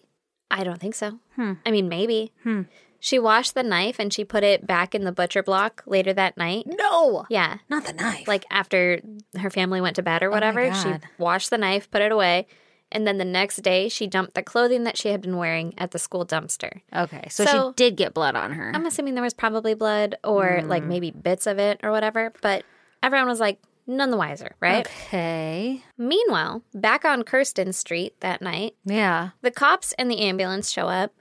B: I don't think so. I mean, maybe.
A: Hmm.
B: She washed the knife and she put it back in the butcher block later that night.
A: No.
B: Yeah.
A: Not the knife.
B: Like after her family went to bed or whatever, she
A: Oh God.
B: washed the knife, put it away. And then the next day, she dumped the clothing that she had been wearing at the school dumpster.
A: okay, so,
B: So-
A: she did get blood on her.
B: I'm assuming there was probably blood or
A: Hmm.
B: like maybe bits of it or whatever, but everyone was like, none the wiser, right?
A: okay.
B: Meanwhile, back on Kirsten Street that night,
A: Yeah.
B: the cops and the ambulance show up.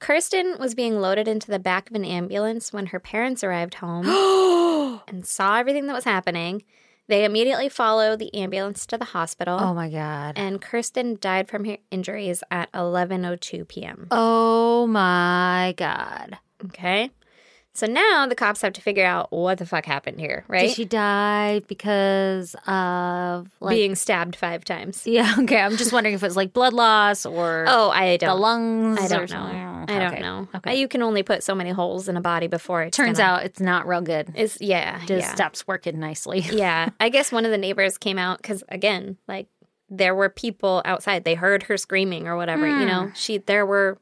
B: Kirsten was being loaded into the back of an ambulance when her parents arrived home and saw everything that was happening. They immediately follow the ambulance to the hospital,
A: Oh my god.
B: and Kirsten died from her injuries at 11:02 p.m.
A: Oh my god.
B: Okay, so now the cops have to figure out what the fuck happened here, right?
A: Did she die because of like?
B: Being stabbed five times.
A: yeah. Okay. I'm just wondering if it's like blood loss or
B: Oh, I
A: the
B: don't.
A: lungs.
B: I
A: or
B: don't know.
A: something.
B: I
A: Okay,
B: don't
A: okay.
B: know.
A: Okay.
B: You can only put so many holes in a body before it
A: Turns out it's not real good. It
B: Is yeah,
A: just
B: yeah.
A: stops working nicely.
B: yeah. I guess one of the neighbors came out because again, like there were people outside. They heard her screaming or whatever. You
A: Hmm.
B: know, she there were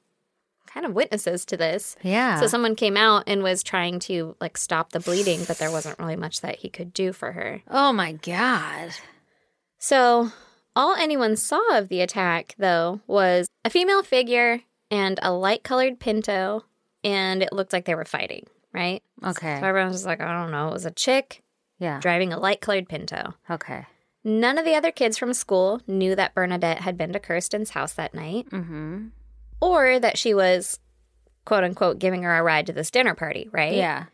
B: kind of witnesses to this.
A: Yeah.
B: So someone came out and was trying to like stop the bleeding, but there wasn't really much that he could do for her.
A: oh my god.
B: So all anyone saw of the attack though was a female figure and a light colored pinto, and it looked like they were fighting. Right.
A: Okay.
B: So everyone was just like, I don't know, it was a chick
A: yeah.
B: driving a light colored pinto.
A: Okay.
B: None of the other kids from school knew that Bernadette had been to Kirsten's house that night
A: Mm-hmm.
B: or that she was, quote unquote, giving her a ride to this dinner party, right?
A: Yeah.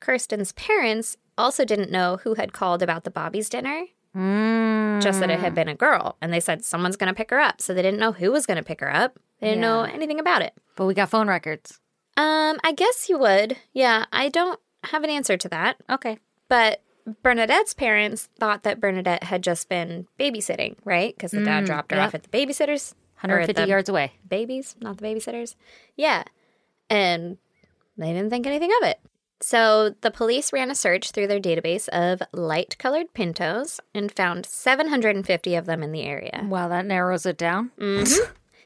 B: Kirsten's parents also didn't know who had called about the Bobby's dinner,
A: Mm.
B: just that it had been a girl. And they said someone's going to pick her up. So they didn't know who was going to pick her up. They didn't know anything about it.
A: But we got phone records.
B: Um, I guess you would. Yeah, I don't have an answer to that.
A: Okay.
B: But Bernadette's parents thought that Bernadette had just been babysitting, right? Because the dad dropped her
A: Mm, yep.
B: off at the babysitter's. or at
A: 150
B: the
A: yards away.
B: Babies, not the babysitters. Yeah. And they didn't think anything of it. So the police ran a search through their database of light colored pintos and found 750 of them in the area,
A: Wow, that narrows it down.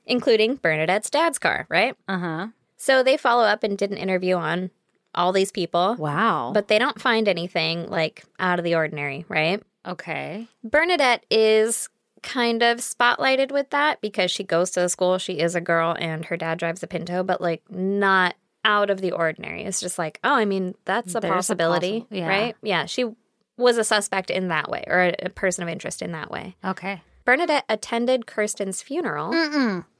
B: including Bernadette's dad's car, right?
A: Uh huh.
B: So they follow up and did an interview on all these people,
A: Wow.
B: but they don't find anything like out of the ordinary, right?
A: okay.
B: Bernadette is kind of spotlighted with that because she goes to the school, she is a girl, and her dad drives a Pinto, but like not out of the ordinary. It's just like, oh, I mean, that's a
A: There's a
B: possibility,
A: possi- yeah.
B: right? Yeah, she was a suspect in that way or a, a person of interest in that way.
A: Okay.
B: Bernadette attended Kirsten's funeral.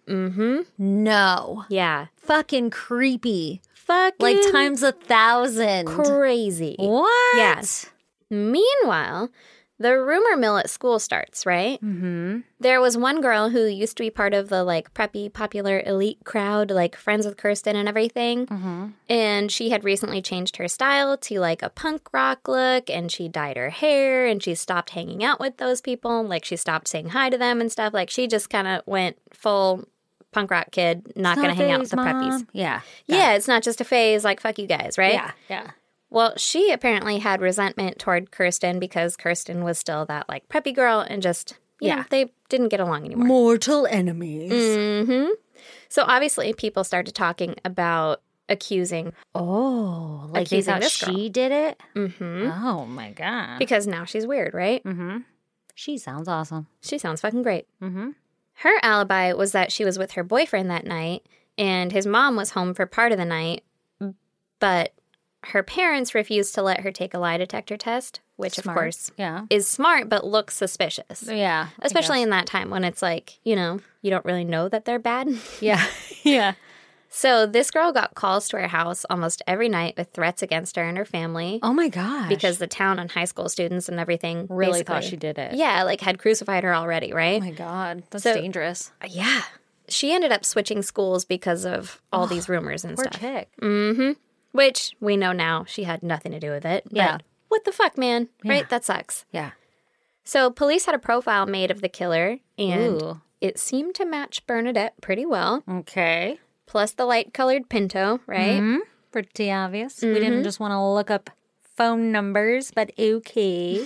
A: Mm. No.
B: Yeah.
A: Fucking creepy.
B: Fucking
A: Like times a thousand.
B: crazy.
A: what?
B: Yes. Meanwhile, the rumor mill at school starts, right? Mm-hmm. There was one girl who used to be part of the like preppy, popular, elite crowd, like friends with Kirsten and everything. Mm-hmm. And she had recently changed her style to like a punk rock look and she dyed her hair and she stopped hanging out with those people. Like she stopped saying hi to them and stuff. Like she just kind of went full punk rock kid, not going to hang out with the preppies.
A: Yeah.
B: Yeah, it's not just a phase. Like, fuck you guys, right?
A: Yeah. Yeah.
B: Well, she apparently had resentment toward Kirsten because Kirsten was still that like preppy girl and just, yeah,
A: Yeah.
B: they didn't get along anymore. Mm-hmm.
A: Mortal enemies.
B: So obviously, people started talking about accusing
A: Oh, like they
B: Accusing
A: thought
B: this girl. Hmm?
A: she did it? Mm-hmm. Mm. Oh my God. Mm-hmm.
B: because now she's weird, right?
A: she sounds awesome.
B: She sounds fucking great. Mm-hmm. Her alibi was that she was with her boyfriend that night and his mom was home for part of the night, but her parents refused to let her take a lie detector test, which of course
A: Yeah.
B: is smart but looks suspicious.
A: Yeah. I
B: especially in that time when it's like you know you don't really know that they're bad
A: guess. Yeah. yeah.
B: so this girl got calls to her house almost every night with threats against her and her family
A: Oh my God.
B: because the town and high school students and everything
A: really thought
B: basically-
A: she did it.
B: yeah like had crucified her already right
A: Oh my God. That's
B: So-
A: dangerous.
B: yeah she ended up switching schools because of all these rumors and
A: Oh, Poor
B: stuff Mm.
A: chick.
B: which we know now she had nothing to do with it but
A: Yeah.
B: what the fuck man right that sucks
A: Yeah.
B: so police had a profile made of the killer and
A: Ooh.
B: it seemed to match bernadette pretty well
A: Okay. Mm-hmm.
B: plus the light colored pinto, right?
A: Pretty obvious. We didn't just want to look up phone numbers, but okay.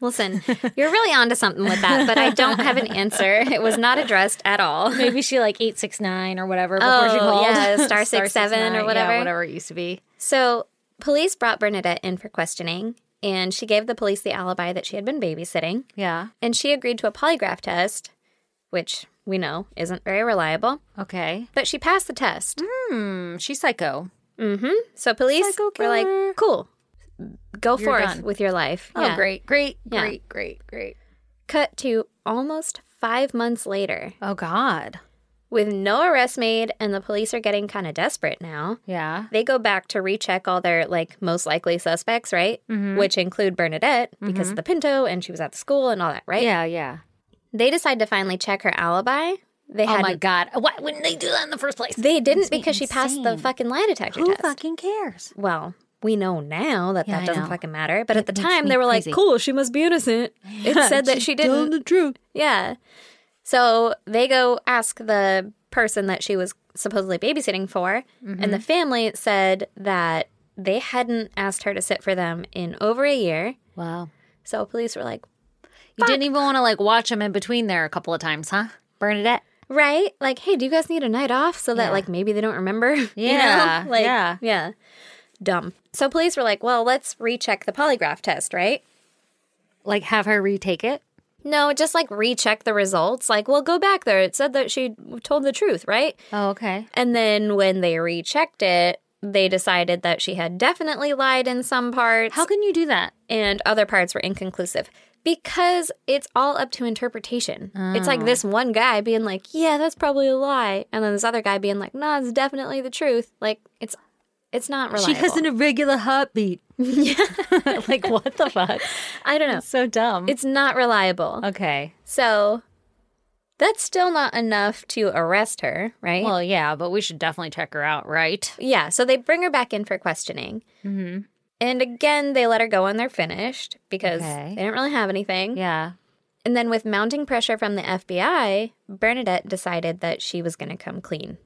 B: Listen, you're really onto something with that, but I don't have an answer. It was not addressed at all.
A: Maybe she like eight six nine or whatever before she
B: Oh,
A: called.
B: yeah, star six seven or
A: yeah,
B: whatever.
A: whatever it used to be.
B: So, police brought Bernadette in for questioning, and she gave the police the alibi that she had been babysitting,
A: Yeah.
B: and she agreed to a polygraph test, which we know isn't very reliable,
A: Okay.
B: but she passed the test.
A: Hmm. She's psycho.
B: So, police
A: Psycho
B: were
A: killer.
B: like, cool, go
A: You're
B: forth
A: done.
B: with your life.
A: Oh,
B: Yeah.
A: great, great,
B: Yeah.
A: great, great, great.
B: Cut to almost five months later.
A: Oh God.
B: With no arrest made, and the police are getting kind of desperate now.
A: Yeah.
B: They go back to recheck all their like most likely suspects, right?
A: Mm-hmm.
B: Which include Bernadette because of the Pinto and she was at the school and all that, right?
A: Yeah. Yeah.
B: They decide to finally check her alibi. They
A: Oh
B: had
A: my God. Why wouldn't they do that in the first place?
B: they didn't
A: Makes me
B: because she passed the
A: insane.
B: fucking lie detector
A: Who
B: test.
A: fucking cares?
B: Well, we know now that
A: Yeah, I
B: that doesn't
A: know.
B: fucking matter, but at the
A: makes
B: time
A: me
B: they were
A: crazy.
B: like, "Cool, she must be innocent." It said that she didn't.
A: the truth.
B: Yeah. So they go ask the person that she was supposedly babysitting for, and
A: Mm-hmm.
B: the family said that they hadn't asked her to sit for them in over a year.
A: Wow.
B: So police were like,
A: You didn't even want to like watch them in between there a couple of times, huh? Bernadette.
B: right? Like, hey, do you guys need a night off so that,
A: Yeah.
B: like, maybe they don't remember? You know?
A: Yeah,
B: Like,
A: yeah.
B: Yeah. Dumb. So police were like, well, let's recheck the polygraph test, right?
A: Like have her retake it.
B: No, just like recheck the results. Like, well, go back there. It said that she told the truth, right?
A: Oh, okay.
B: And then when they rechecked it, they decided that she had definitely lied in some parts
A: How can you do that?
B: and other parts were inconclusive because it's all up to interpretation. It's
A: Ah.
B: like this one guy being like, "Yeah, that's probably a lie," and then this other guy being like, "No, it's definitely the truth." Like it's it's not reliable.
A: irregular heartbeat. Yeah. like what the fuck?
B: I don't know.
A: So dumb.
B: It's not reliable.
A: okay.
B: So that's still not enough to arrest her, right?
A: Well, yeah, but we should definitely check her out, right?
B: Yeah, so they bring her back in for questioning. Mm-hmm. And again, they let her go when they're finished because
A: Okay.
B: they didn't really have anything.
A: Yeah.
B: And then, with mounting pressure from the FBI, Bernadette decided that she was going to come clean.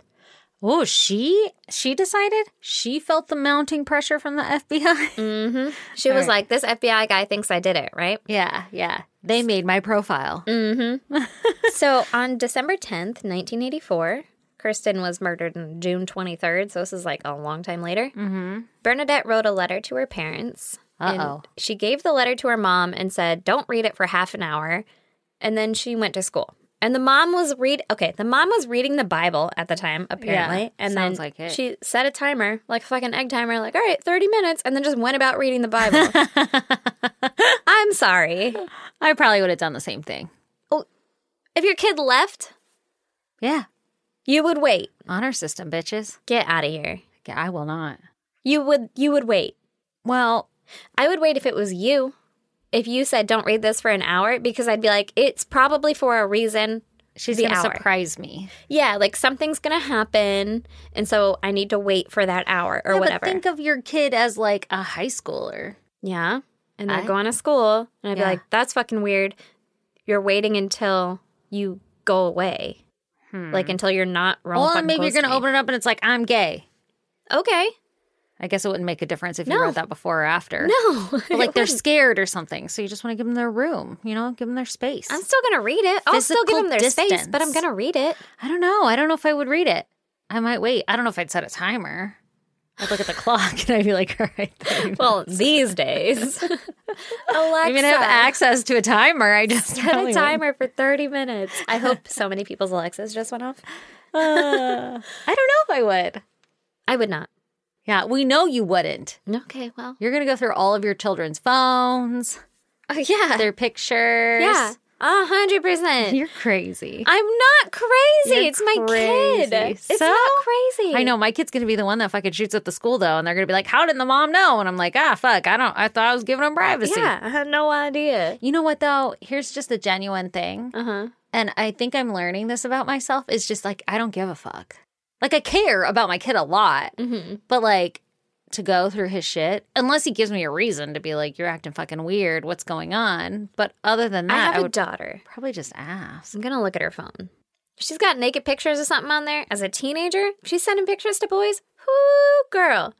A: Oh, she she decided she felt the mounting pressure from the FBI.
B: She was
A: right.
B: like, This FBI guy thinks I did it, right?
A: Yeah, yeah. They made my profile.
B: so, on December 10th, 1984, Kirsten was murdered on June 23rd. So, this is like a long time later. Mm-hmm. Bernadette wrote a letter to her parents. and
A: Uh-oh.
B: She gave the letter to her mom and said, Don't read it for half an hour. And then she went to school. And the mom was read okay, the mom was reading the Bible at the time, apparently. and
A: sounds
B: then
A: like it.
B: she set a timer, like a fucking egg timer, like, all right, 30 minutes, and then just went about reading the Bible. I'm sorry.
A: I probably would have done the same thing.
B: If your kid left,
A: Yeah.
B: you would wait.
A: Honor system, bitches.
B: Get out of here.
A: Yeah, I will not.
B: You would you would wait.
A: Well,
B: I would wait if it was you. If you said don't read this for an hour because I'd be like it's probably for a reason.
A: she's
B: The
A: going to
B: hour.
A: surprise me.
B: Yeah, like something's going to happen and so I need to wait for that hour or
A: Yeah,
B: whatever.
A: But think of your kid as like a high schooler.
B: yeah. And they're
A: I-
B: going to school and I'd
A: Yeah.
B: be like that's fucking weird. You're waiting until you go away. Like until you're not wrong.
A: Hmm. Well, maybe you're going to open it up and it's like, I'm gay.
B: Okay.
A: I guess it wouldn't make a difference if you
B: No.
A: wrote that before or after.
B: No.
A: But like they're scared or something. So you just want to give them their room, you know, give them their space.
B: I'm still gonna read it. I'll still give
A: Physical
B: them their space, but I'm
A: distance.
B: gonna read it.
A: I don't know. I don't know if I would read it. I might wait. I don't know if I'd set a timer. I'd look at the clock and I'd be like, all right. then."
B: Well, these days, Alexa,
A: I mean, I have access to a timer. I just
B: set
A: probably
B: a
A: wouldn't.
B: timer for 30 minutes. I hope so many people's Alexas just went off.
A: I don't know if I would.
B: Uh, I would not.
A: Yeah, we know you wouldn't.
B: Okay, well,
A: You're going to go through all of your children's phones,
B: oh, yeah,
A: their pictures.
B: yeah, a hundred percent.
A: You're crazy.
B: I'm not crazy.
A: You're
B: it's my kid.
A: crazy.
B: It's
A: So?
B: not crazy.
A: I know my kid's gonna be the one that fucking shoots up the school though, and they're gonna be like, "How did the mom know?" And I'm like, "Ah, fuck! I don't. I thought I was giving them privacy."
B: Yeah, I had no idea.
A: You know what though? Here's just a genuine thing,
B: Uh huh.
A: and I think I'm learning this about myself. It's just like I don't give a fuck. Like I care about my kid a lot,
B: Mm. Mm-hmm.
A: but like to go through his shit, unless he gives me a reason to be like, "You're acting fucking weird. What's going on?" But other than
B: I
A: that,
B: have
A: I,
B: a
A: would
B: daughter.
A: probably just ask.
B: I'm gonna look at her phone. She's got naked pictures or something on there. As a teenager, she's sending pictures to boys. Whoo, girl.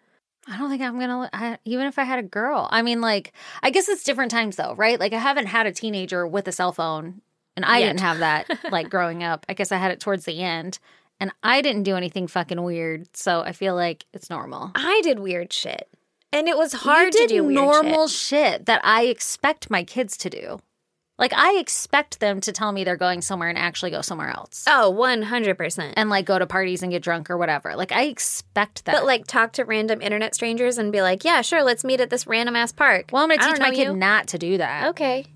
A: I don't think I'm gonna. I, even if I had a girl, I mean, like, I guess it's different times though, right? Like, I haven't had a teenager with a cell phone, and I
B: Yet.
A: didn't have that like growing up. I guess I had it towards the end, and I didn't do anything fucking weird, so I feel like it's normal.
B: I did weird shit, and it was hard
A: you did
B: to do weird
A: normal shit. that I expect my kids to do. Like, I expect them to tell me they're going somewhere and actually go somewhere else,
B: Shit. Oh, one hundred percent.
A: and like go to parties and get drunk or whatever. Like, I expect that.
B: But like, talk to random internet strangers and be like, "Yeah, sure, let's meet at this random ass park."
A: well, I'm gonna
B: I
A: teach
B: don't
A: my
B: know
A: kid
B: you.
A: not to do that.
B: Okay.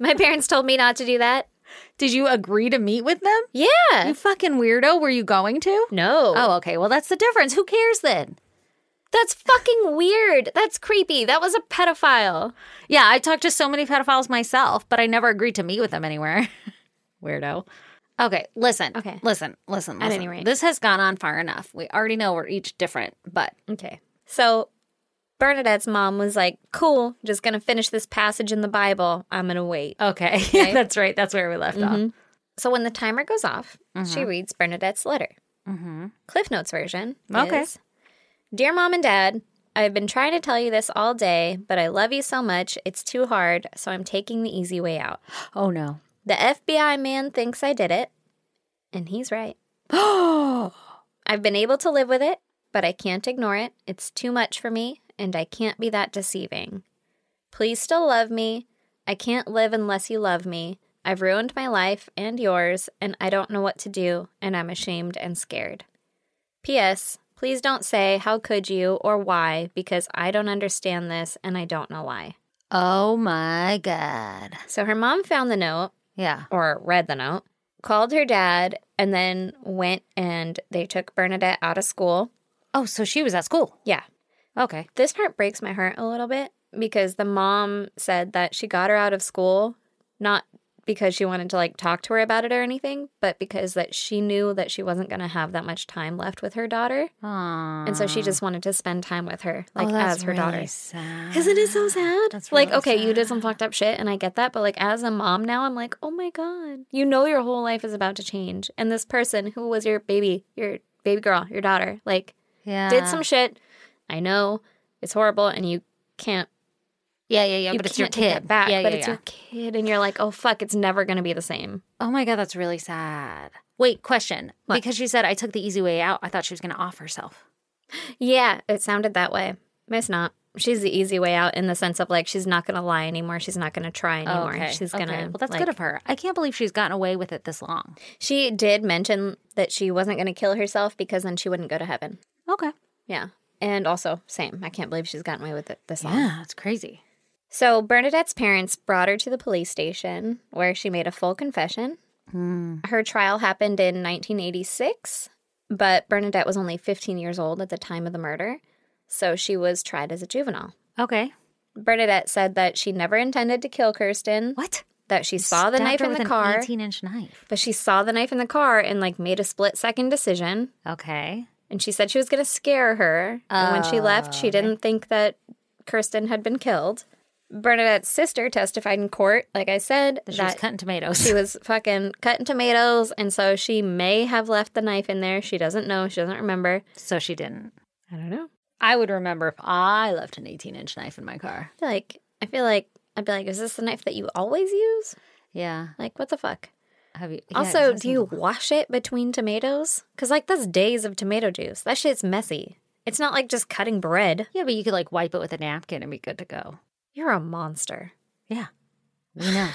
B: my parents told me not to do that.
A: Did you agree to meet with them?
B: Yeah.
A: You fucking weirdo, were you going to?
B: no.
A: Oh, okay. Well, that's the difference. Who cares then?
B: That's fucking weird. That's creepy. That was a pedophile.
A: Yeah, I talked to so many pedophiles myself, but I never agreed to meet with them anywhere. weirdo. Okay, listen.
B: Okay.
A: Listen, listen, listen.
B: At any rate.
A: This has gone on far enough. We already know we're each different, but
B: Okay. So Bernadette's mom was like, cool, just going to finish this passage in the Bible. I'm going to wait. Oh,
A: okay. Mm-hmm. that's right. That's where we left off.
B: So when the timer goes off, she reads Bernadette's letter. Cliff Notes version.
A: Okay.
B: is, Dear mom and dad, I've been trying to tell you this all day, but I love you so much. It's too hard, so I'm taking the easy way out.
A: Oh no.
B: The FBI man thinks I did it, and he's right. I've been able to live with it, but I can't ignore it. It's too much for me, and I can't be that deceiving. Please still love me. I can't live unless you love me. I've ruined my life and yours, and I don't know what to do, and I'm ashamed and scared. P.S. Please don't say, How could you or why, because I don't understand this and I don't know why.
A: Oh my god.
B: So her mom found the note
A: Yeah.
B: or read the note, called her dad, and then went and they took Bernadette out of school.
A: Oh, so she was at school.
B: Yeah.
A: Okay.
B: This part breaks my heart a little bit because the mom said that she got her out of school not because she wanted to like talk to her about it or anything, but because that she knew that she wasn't going to have that much time left with her daughter,
A: Aww.
B: and so she just wanted to spend time with her like
A: oh, that's
B: as her
A: really
B: daughter.
A: sad.
B: Isn't it so sad?
A: That's
B: like,
A: real
B: okay, you did some fucked up shit, and I get that. But like, as a mom now, I'm like, oh my god, you know your whole life is about to change, and this person who was your baby, your baby girl, your daughter, like,
A: Yeah.
B: did some shit. I know it's horrible, and you can't.
A: Yeah, yeah, yeah.
B: you
A: but it's your
B: can't take that
A: kid.
B: back,
A: yeah,
B: but
A: yeah,
B: it's
A: yeah.
B: your kid, and you're like, oh fuck, it's never gonna be the same.
A: Oh my god, that's really sad. Wait, question. Because she said I took the easy way out. I thought she was going to off herself.
B: Yeah, it sounded that way. It's not. She's the easy way out in the sense of like she's not gonna lie anymore. She's not gonna try anymore. She's gonna.
A: Well, that's
B: like,
A: good of her. I can't believe she's gotten away with it this long.
B: She did mention that she wasn't going to kill herself because then she wouldn't go to heaven.
A: Okay.
B: Yeah. And also, same. I can't believe she's gotten away with it this long.
A: Yeah, that's crazy.
B: So, Bernadette's parents brought her to the police station where she made a full confession.
A: Hmm.
B: Her trial happened in 1986, but Bernadette was only 15 years old at the time of the murder. So, she was tried as a juvenile.
A: Okay.
B: Bernadette said that she never intended to kill Kirsten,
A: What?
B: that she saw the
A: Stabbed
B: knife
A: her
B: in
A: with
B: the
A: an
B: car,
A: 18-inch knife.
B: but she saw the knife in the car and like made a split second decision.
A: Okay.
B: and she said she was going to scare her. and when she left, she didn't think that Kirsten had been killed. Bernadette's sister testified in court, like I said,
A: She was
B: that
A: cutting tomatoes.
B: she was fucking cutting tomatoes, and so she may have left the knife in there. She doesn't know. She doesn't remember.
A: so she didn't.
B: I don't know.
A: I would remember if I left an 18-inch knife in my car.
B: I feel like I feel like I'd be like, is this the knife that you always use?
A: Yeah.
B: Like, what the fuck?
A: Have you yeah,
B: also,
A: that
B: do you
A: seems-
B: wash it between tomatoes? Because like that's days of tomato juice. That shit's messy. It's not like just cutting bread.
A: Yeah, but you could like wipe it with a napkin and be good to go.
B: You're a monster.
A: Yeah. We know.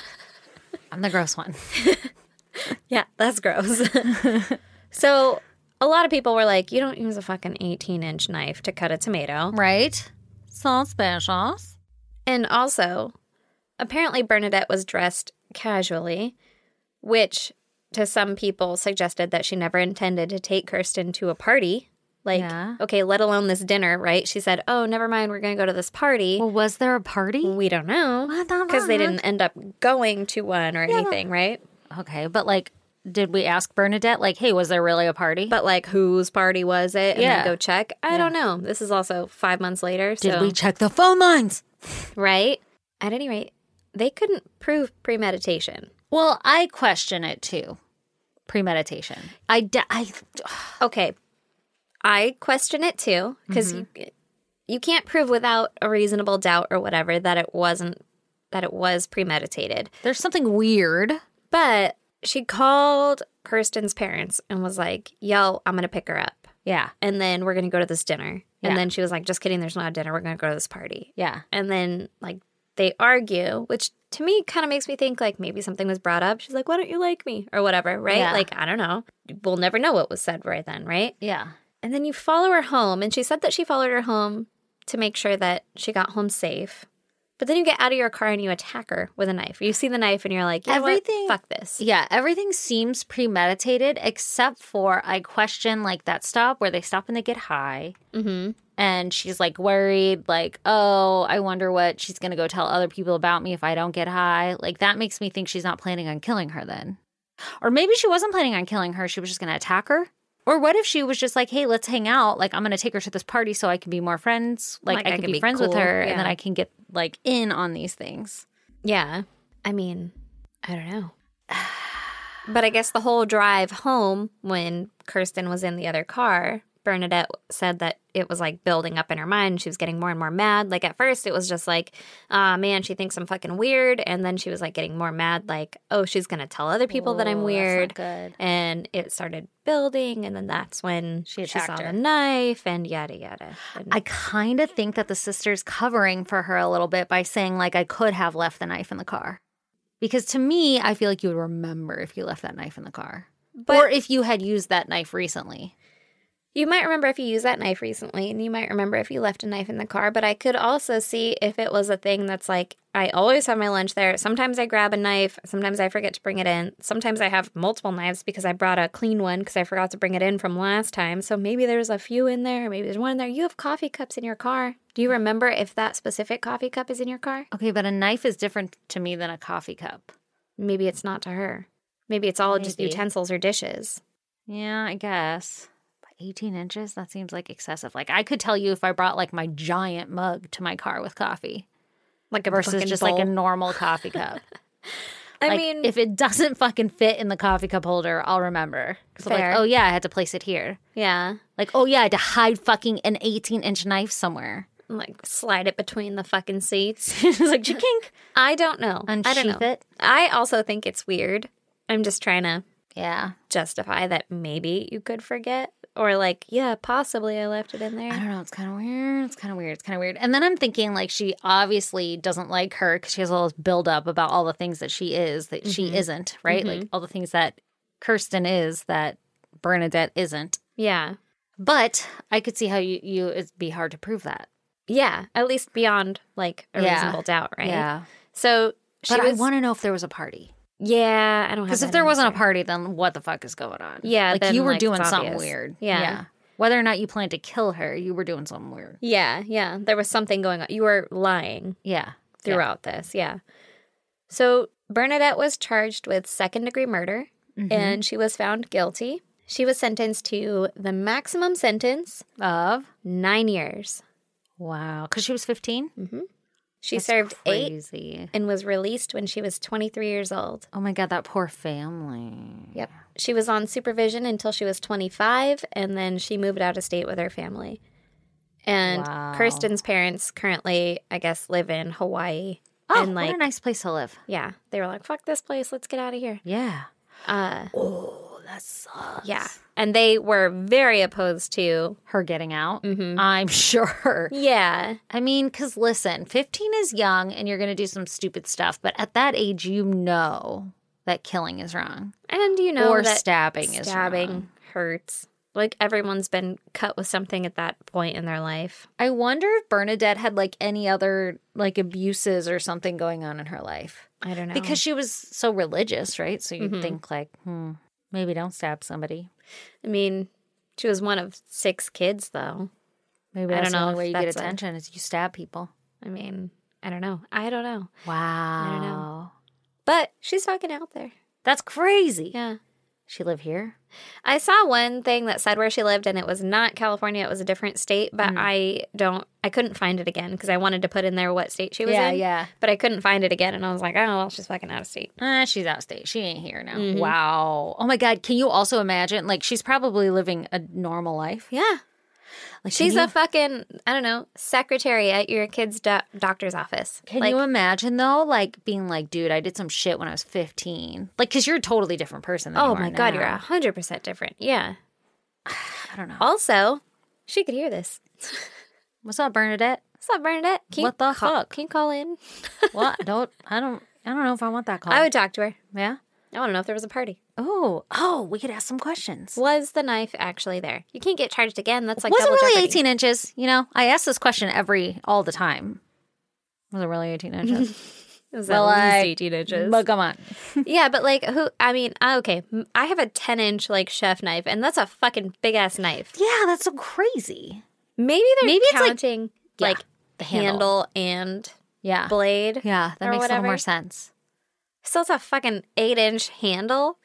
A: I'm the gross one.
B: Yeah, that's gross. so a lot of people were like, you don't use a fucking 18 inch knife to cut a tomato.
A: Right? Suspicious.
B: And also, apparently Bernadette was dressed casually, which to some people suggested that she never intended to take Kirsten to a party. Like,
A: Yeah.
B: okay, let alone this dinner, right? She said, oh, never mind, we're going to go to this party.
A: Well, was there a party?
B: we don't know.
A: What the
B: Because they
A: fuck?
B: didn't end up going to one or anything, right?
A: Okay, but like, did we ask Bernadette, like, hey, was there really a party?
B: but like whose party was it? And
A: Yeah.
B: then go check. I don't know. This is also five months later.
A: did
B: so,
A: we check the phone lines?
B: right? At any rate, they couldn't prove premeditation.
A: Well, I question it too. Premeditation. I, d- I,
B: Okay. I question it too because
A: Mm-hmm.
B: you, you can't prove without a reasonable doubt or whatever that it wasn't that it was premeditated.
A: There's something weird.
B: But she called Kirsten's parents and was like, "Yo, I'm gonna pick her up,
A: Yeah.
B: and then we're gonna go to this dinner."
A: Yeah.
B: And then she was like, "Just kidding, there's not a dinner. We're gonna go to this party."
A: Yeah.
B: And then like they argue, which to me kind of makes me think like maybe something was brought up. She's like, "Why don't you like me?" or whatever, right?
A: Yeah.
B: Like I don't know. We'll never know what was said right then, right?
A: Yeah.
B: And then you follow her home. And she said that she followed her home to make sure that she got home safe. But then you get out of your car and you attack her with a knife. You see the knife and you're like, you know what?
A: Everything-
B: Fuck this.
A: Yeah, everything seems premeditated except for I question like that stop where they stop and they get high.
B: Mhm.
A: And she's like worried, like, oh, I wonder what she's going to go tell other people about me if I don't get high. Like, that makes me think she's not planning on killing her then. Or maybe she wasn't planning on killing her. She was just going to attack her. Or what if she was just like, hey, let's hang out. Like, I'm going to take her to this party so I can be more friends. Like, I, can be, friends with
B: cool.
A: her
B: Yeah.
A: and then I can get like in on these things.
B: Yeah. I mean, I don't know. But I guess the whole drive home when Kirsten was in the other car, Bernadette said that it was like building up in her mind. She was getting more and more mad. Like at first, it was just like, ah, man, she thinks I'm fucking weird. And then she was like getting more mad, like, oh, she's going to tell other people that I'm
A: Ooh, Oh, that's not
B: weird.
A: Good.
B: And it started building. And then that's when
A: She
B: she, saw
A: attacked her.
B: the knife and yada, yada. And-
A: I kind of think that the sister's covering for her a little bit by saying, like, I could have left the knife in the car. Because to me, I feel like you would remember if you left that knife in the car.
B: But-
A: or if you had used that knife recently.
B: You might remember if you used that knife recently, and you might remember if you left a knife in the car, but I could also see if it was a thing that's like, I always have my lunch there. Sometimes I grab a knife, sometimes I forget to bring it in. Sometimes I have multiple knives because I brought a clean one because I forgot to bring it in from last time. So maybe there's a few in there, maybe there's one in there. You have coffee cups in your car. Do you remember if that specific coffee cup is in your car?
A: Okay, but a knife is different to me than a coffee cup.
B: Maybe it's not to her. Maybe it's all just
A: Maybe.
B: utensils or dishes.
A: Yeah, I guess. But 18 inches? That seems like excessive. Like, I could tell you if I brought like my giant mug to my car with coffee
B: Like a
A: versus
B: fucking
A: just
B: bowl.
A: like a normal coffee cup.
B: I
A: Like,
B: mean,
A: if it doesn't fucking fit in the coffee cup holder, I'll remember. Because I'm
B: Fair.
A: like, oh yeah, I had to place it here.
B: yeah.
A: Like, oh yeah, I had to hide fucking an 18 inch knife somewhere.
B: Like slide it between the fucking seats.
A: it's like, kink.
B: I don't know. I don't
A: Unsheath
B: know.
A: it.
B: I also think it's weird. I'm just trying to
A: Yeah.
B: justify that maybe you could forget or like, yeah, possibly I left it in
A: I
B: there.
A: don't know. It's kind of weird. It's kind of weird. It's kind of weird. And then I'm thinking, like, she obviously doesn't like her because she has all this buildup about all the things that she is that she isn't, right? Like, all the things that Kirsten is that Bernadette isn't.
B: Yeah.
A: But I could see how you, you it'd be hard to prove that.
B: Yeah, at least beyond like a
A: Yeah.
B: reasonable doubt, right? So she
A: But
B: was,
A: I want to know if there was a party.
B: Yeah, I don't have
A: Because if
B: that
A: there
B: answer.
A: wasn't a party, then what the fuck is going on?
B: Yeah,
A: like
B: then,
A: you were
B: like, it's
A: doing something
B: obvious.
A: weird.
B: Yeah.
A: whether or not you planned to kill her, you were doing something weird.
B: Yeah, yeah. There was something going on. You were lying
A: Yeah,
B: throughout this. Yeah. So Bernadette was charged with second degree murder
A: Mm-hmm.
B: and she was found guilty. She was sentenced to the maximum sentence
A: of
B: nine years.
A: wow, because she was fifteen.
B: She served eight
A: Crazy.
B: and was released when she was 23 years old.
A: Oh my god, that poor family.
B: Yep. She was on supervision until she was 25, and then she moved out of state with her family. And
A: Wow.
B: Kirsten's parents currently, I guess, live in Hawaii.
A: Oh,
B: and
A: what
B: like,
A: a nice place to live.
B: yeah, they were like, fuck this place, let's get out of here.
A: Yeah.
B: Uh,
A: Oh, that sucks.
B: yeah. And they were very opposed to,
A: Her getting out.
B: Mm-hmm.
A: I'm sure.
B: yeah,
A: I mean, because listen, 15 is young and you're going to do some stupid stuff, but at that age, you know that killing is wrong
B: and you know,
A: or
B: that
A: stabbing is
B: stabbing
A: wrong.
B: hurts. Like everyone's been cut with something at that point in their life.
A: I wonder if Bernadette had like any other like abuses or something going on in her life
B: I don't know.
A: because she was so religious, right? So
B: Mm-hmm.
A: you'd think like, hmm, maybe don't stab somebody.
B: I mean, she was one of six kids, though.
A: Maybe
B: I
A: that's
B: don't
A: the
B: know
A: only
B: if
A: way you get
B: that's a-
A: attention is you stab people.
B: I mean, I don't know. I don't know.
A: Wow,
B: But she's fucking out there.
A: that's crazy.
B: Yeah.
A: She live here.
B: I saw one thing that said where she lived, and it was not California. It was a different state, but
A: Mm.
B: I don't, I couldn't find it again because I wanted to put in there what state she was in.
A: yeah.
B: But I couldn't find it again, and I was like, oh, well, she's fucking out of state.
A: Ah, she's outstate. She ain't here now.
B: Mm-hmm.
A: Wow. Oh my God. Can you also imagine? Like, she's probably living a normal life.
B: Yeah.
A: Like,
B: She's
A: can
B: a fucking, I don't know, secretary at your kid's do- doctor's office.
A: Can
B: like,
A: you imagine though, like being like, dude, I did some shit when I was 15? Like, because you're a totally different person. Than you
B: oh
A: are
B: my God,
A: now.
B: you're 100% different. Yeah.
A: I don't know.
B: Also, she could hear this.
A: What's up, Bernadette?
B: What's up, Bernadette? Can you
A: What the
B: call-
A: fuck?
B: Can you call in?
A: What? don't I don't I don't know if I want that call.
B: I would talk to her.
A: yeah.
B: I want to know if there was a party.
A: Oh, oh, we could ask some questions.
B: Was the knife actually there? You can't get charged again. That's like
A: was it
B: double
A: really
B: jeopardy.
A: 18 inches? You know, I ask this question every all the time. Was it really 18 inches?
B: It was
A: Well,
B: at
A: I-
B: least 18 inches.
A: but come on.
B: yeah, but like who? I mean, uh, okay, m- I have a 10 inch like chef knife, and that's a fucking big ass knife.
A: Yeah, that's so crazy.
B: Maybe they're
A: Maybe it's, like-
B: counting
A: Yeah,
B: like,
A: the
B: handle. Ah. and
A: Yeah.
B: blade.
A: Yeah, that
B: or
A: makes a little
B: whatever.
A: more sense.
B: Still, it's a fucking eight inch handle.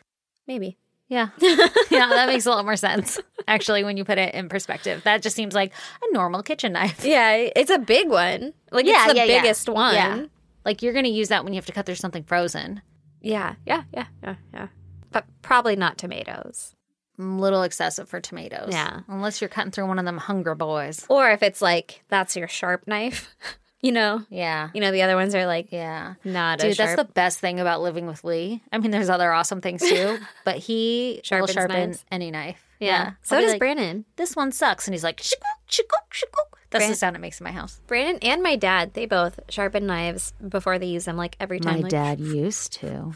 B: Maybe.
A: Yeah. yeah, that makes a lot more sense. Actually, when you put it in perspective, that just seems like a normal kitchen knife.
B: Yeah, it's a big one. Like it's the biggest one.
A: Yeah. Like you're going to use that when you have to cut through something frozen.
B: yeah, yeah, yeah, yeah, yeah. But probably not tomatoes.
A: A little excessive for tomatoes.
B: Yeah.
A: Unless you're cutting through one of them hunger boys.
B: Or if it's like that's your sharp knife, you know,
A: Yeah.
B: you know the other ones are like
A: Yeah.
B: not
A: Dude,
B: as sharp.
A: that's the best thing about living with Lee. I mean, there's other awesome things too, but he
B: Sharpens
A: will sharpen
B: knives.
A: any knife.
B: yeah.
A: I'll
B: So
A: be
B: does
A: like,
B: Brandon.
A: This one sucks, and he's like, shikook, shikook, shikook. That's
B: Bran-
A: the sound it makes in my house.
B: Brandon and my dad, they both sharpen knives before they use them. Like every time. like,
A: used to.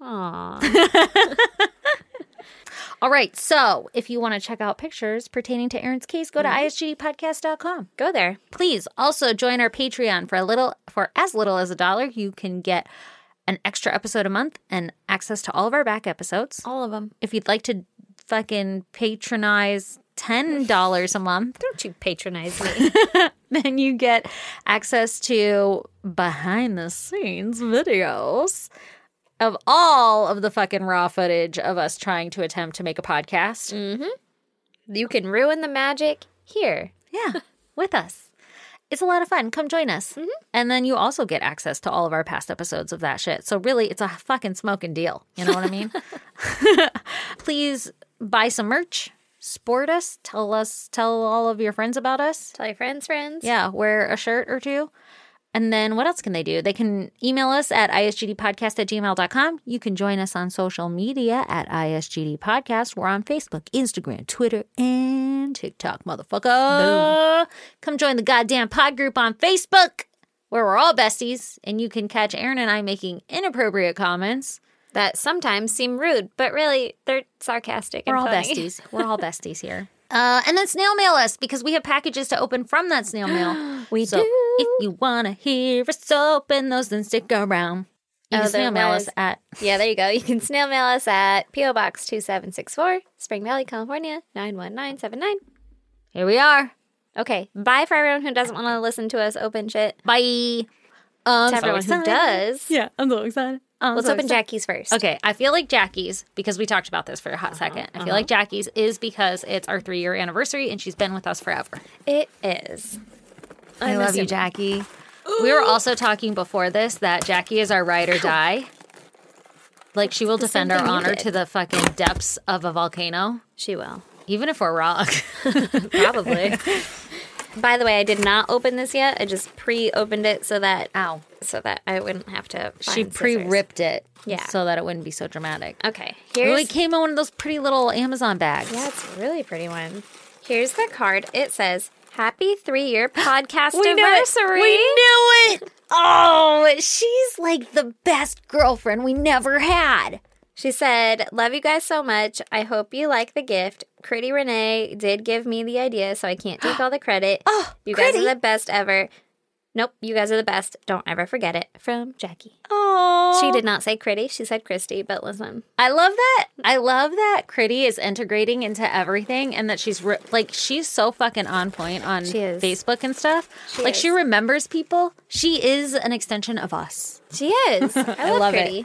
B: Aw.
A: All right, so if you want to check out pictures pertaining to Aaron's case, go to isgdpodcast.com.
B: Go there.
A: please also join our patreon for a little for as little as a dollar you can get an extra episode a month and access to all of our back episodes
B: All of them.
A: if you'd like to fucking patronize $10 a month
B: Don't you patronize me.
A: then you get access to behind the scenes videos of all of the fucking raw footage of us trying to attempt to make a podcast
B: you can ruin the magic here.
A: Yeah, with us. It's a lot of fun. Come join us. And then you also get access to all of our past episodes of that shit. So, really, it's a fucking smoking deal. You know what I mean? Please buy some merch, sport us, tell us, tell all of your friends about us.
B: Tell your friends, friends.
A: Yeah, wear a shirt or two. And then what else can they do? They can email us at isgdpodcast at gmail.com. You can join us on social media at ISGD Podcast. We're on Facebook, Instagram, Twitter, and TikTok, motherfucker. Come join the goddamn pod group on Facebook where we're all besties. And you can catch Aaron and I making inappropriate comments.
B: That sometimes seem rude, but really they're sarcastic
A: We're
B: and
A: all
B: funny.
A: besties. We're all besties here. Uh, and then snail mail us because we have packages to open from that snail mail. we so
B: do.
A: If you want to hear us open those, then stick around. You
B: Oh,
A: can snail mail us
B: there was-
A: at
B: Yeah, there you go. You can snail mail us at P.O. Box 2764, Spring Valley, California, 91979.
A: here we are.
B: Okay, bye for everyone who doesn't want to listen to us open shit.
A: Bye. Um,
B: To everyone who does,
A: Yeah, I'm so excited. Um,
B: let's open Jackie's first.
A: Okay, I feel like Jackie's because we talked about this for a hot second. I feel like Jackie's is because it's our three year anniversary and she's been with us forever.
B: It is.
A: I love you, Jackie. We were also talking before this that Jackie is our ride or die. Like she will defend
B: same
A: our
B: thing you
A: honor
B: did.
A: to the fucking depths of a volcano,
B: She will.
A: even if we're wrong.
B: Probably. By the way, I did not open this yet. I just pre-opened it so that uh,
A: Ow!
B: so that I wouldn't have to.
A: She
B: find scissors.
A: pre-ripped it,
B: Yeah.
A: so that it wouldn't be so dramatic.
B: Okay,
A: Well,
B: here's
A: it came in one of those pretty little Amazon bags.
B: yeah, it's a really pretty one. Here's the card. It says "Happy three-year podcast anniversary."
A: We knew it. Oh, she's like the best girlfriend we never had.
B: She said, Love you guys so much. I hope you like the gift. Critty Renee did give me the idea, so I can't take all the credit.
A: Oh,
B: you guys
A: Critty.
B: are the best ever. Nope, you guys are the best. Don't ever forget it. From Jackie.
A: Oh,
B: She did not say Critty, she said Christy, but listen.
A: I love that. I love that Critty is integrating into everything and that she's re- like, she's so fucking on point on
B: She is.
A: Facebook and stuff.
B: She
A: like, she
B: is.
A: remembers people. She is an extension of us.
B: She is. I love,
A: love it.
B: Critty.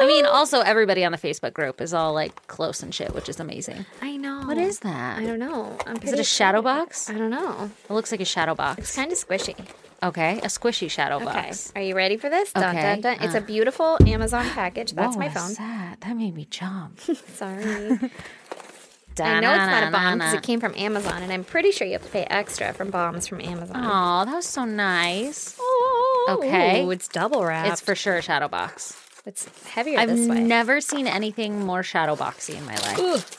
A: I mean, also, everybody on the Facebook group is all like close and shit, which is amazing.
B: I know.
A: What is that?
B: I don't know. I'm
A: Is it a shadow box?
B: I
A: It
B: don't know.
A: looks like a shadow
B: It's
A: box.
B: kind of squishy.
A: Okay, a squishy shadow
B: Okay.
A: box.
B: Are you ready for this? Dun,
A: Okay.
B: dun, dun. It's a beautiful Amazon package. That's
A: Whoa,
B: my
A: what
B: phone.
A: is that? That made me jump.
B: Sorry. I know it's not a bomb because it came from Amazon, and I'm pretty sure you have to pay extra from bombs from Amazon.
A: Oh, that was so nice.
B: Oh,
A: Okay.
B: it's double wrapped.
A: It's for sure a shadow box.
B: it's heavier
A: I've
B: this way.
A: never seen anything more shadow boxy in my life.
B: Ooh.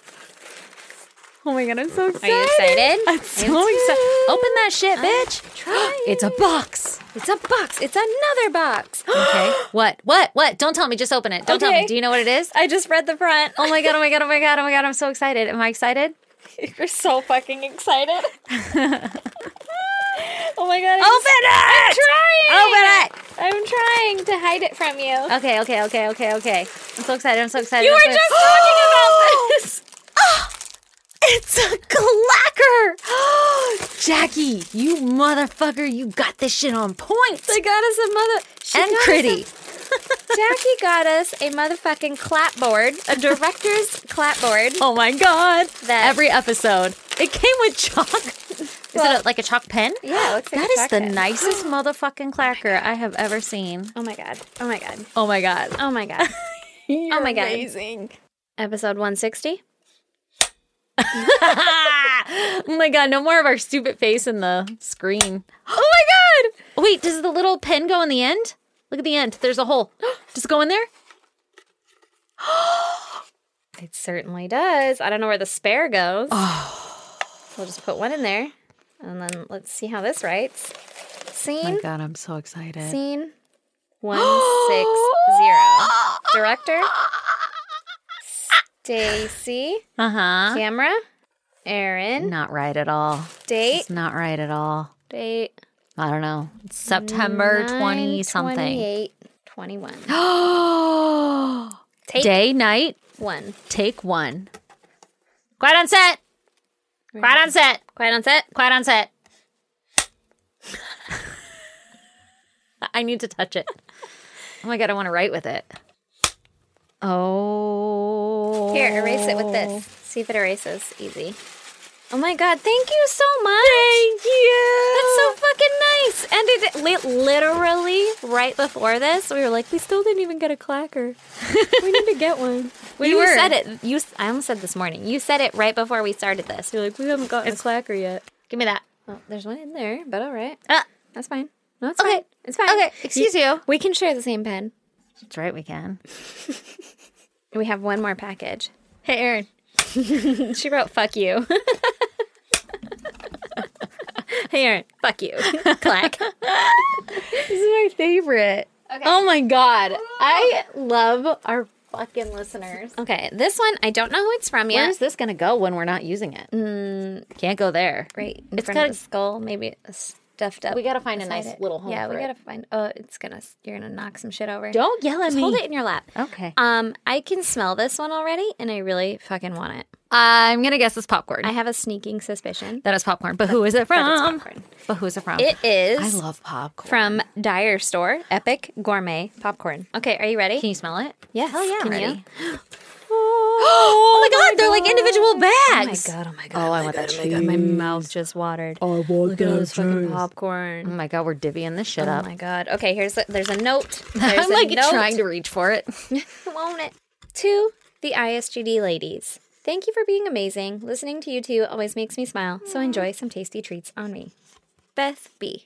A: Oh my god, I'm so
B: Are
A: excited.
B: you excited?
A: I'm so excited. Open that shit, bitch.
B: trying.
A: It's a box.
B: It's a box. It's another box.
A: Okay. what? What? What? Don't tell me. Just open it. Don't tell me.
B: Okay.
A: Do you know what it is?
B: I just read the front.
A: Oh my god, oh my god, oh my god, oh my god. I'm so excited. Am I excited?
B: You're so fucking excited. oh my god. I'm
A: it!
B: trying.
A: Open it!
B: I'm trying to hide it from you.
A: Okay, okay, okay, okay, okay. I'm so excited. I'm so excited.
B: You
A: I'm
B: were
A: so
B: just talking about this.
A: It's a Ah! clacker! Jackie, you motherfucker, you got this shit on point.
B: They got us a mother she
A: and
B: got us a-
A: pretty.
B: Jackie got us a motherfucking clapboard, a director's clapboard.
A: Oh my god.
B: That-
A: Every episode. It came with chalk. Is
B: Well-
A: it a, like a chalk pen?
B: Yeah, it looks like
A: That
B: a
A: is
B: chalk
A: the
B: pen.
A: nicest motherfucking clacker I have ever seen.
B: Oh my god. Oh my god.
A: Oh my god.
B: Oh my god.
A: oh
B: my God.
A: Amazing.
B: Episode 160.
A: Oh my god, no more of our stupid face in the screen. Oh my god! Wait, does the little pen go in the end? Look at the end. There's a hole. Does it go in there?
B: It certainly does. I don't know where the spare goes.
A: Oh.
B: We'll just put one in there. And then let's see how this writes. Scene,
A: Oh god, I'm so excited.
B: scene 160. Director, Stacy.
A: Uh huh.
B: Camera, Aaron.
A: Not right at all.
B: Date,
A: It's not right at all.
B: date.
A: I don't know. It's September 20 something.
B: 28, 21. Take
A: Day, night,
B: one.
A: take one. Quiet on set. Quiet on set.
B: Quiet on set.
A: Quiet on set. I need to touch it. Oh my god, I want to write with it. Oh.
B: Here, erase it with this. See if it erases. Easy. Oh my god, thank you so much. Thank you. That's so fucking nice. And it li- literally right before this, we were like, we still didn't even get a clacker. we need to get one.
A: We
B: you
A: were.
B: said it. You s- I almost said this morning. You said it right before we started this. You're like, we haven't gotten a clacker yet.
A: Give me that.
B: Oh, there's one in there, but all right.
A: Ah,
B: That's fine. No, it's
A: Okay.
B: fine. It's fine.
A: Okay, excuse you.
B: We can share the same pen.
A: that's right, we can.
B: We have one more package.
A: Hey, Aaron.
B: She wrote, fuck you. hey, Aaron, fuck you. Clack.
A: This is my favorite. Oh my god. I love our fucking listeners.
B: Okay, this one, I don't know who it's from
A: Where
B: yet.
A: is this going to go when we're not using it?
B: Mm.
A: Can't go there.
B: right in
A: It's
B: front
A: got-
B: of the skull, maybe it's stuffed up.
A: We gotta find a
B: beside
A: nice little home
B: Yeah,
A: for
B: we
A: it.
B: gotta find. Oh, it's gonna. You're gonna knock some shit over.
A: Don't yell at
B: Just
A: me. Oh.
B: hold it in your lap.
A: Okay.
B: Um, I can smell this one already, and I really fucking want it.
A: I'm going to guess it's popcorn.
B: I have a sneaking suspicion
A: that is popcorn. But who is it from?
B: that it's popcorn.
A: But who is it from?
B: It is.
A: I love popcorn.
B: from Dire Store Epic Gourmet Popcorn. Okay, are you ready?
A: Can you smell it?
B: Yes.
A: Hell yeah, I'm
B: Can you?
A: ready. Oh, my god, they're like individual bags.
B: Oh my god!
A: Oh, I want that cheese.
B: My mouth just watered. Oh, Look at all this fucking popcorn.
A: Oh my god, we're divvying this shit
B: Oh
A: up.
B: my god. Okay, here's the, there's a note. There's
A: I'm like
B: a note.
A: trying to reach for it.
B: Won't it. To the ISGD ladies. Thank you for being amazing. Listening to you two always makes me smile. So enjoy some tasty treats on me. Beth B.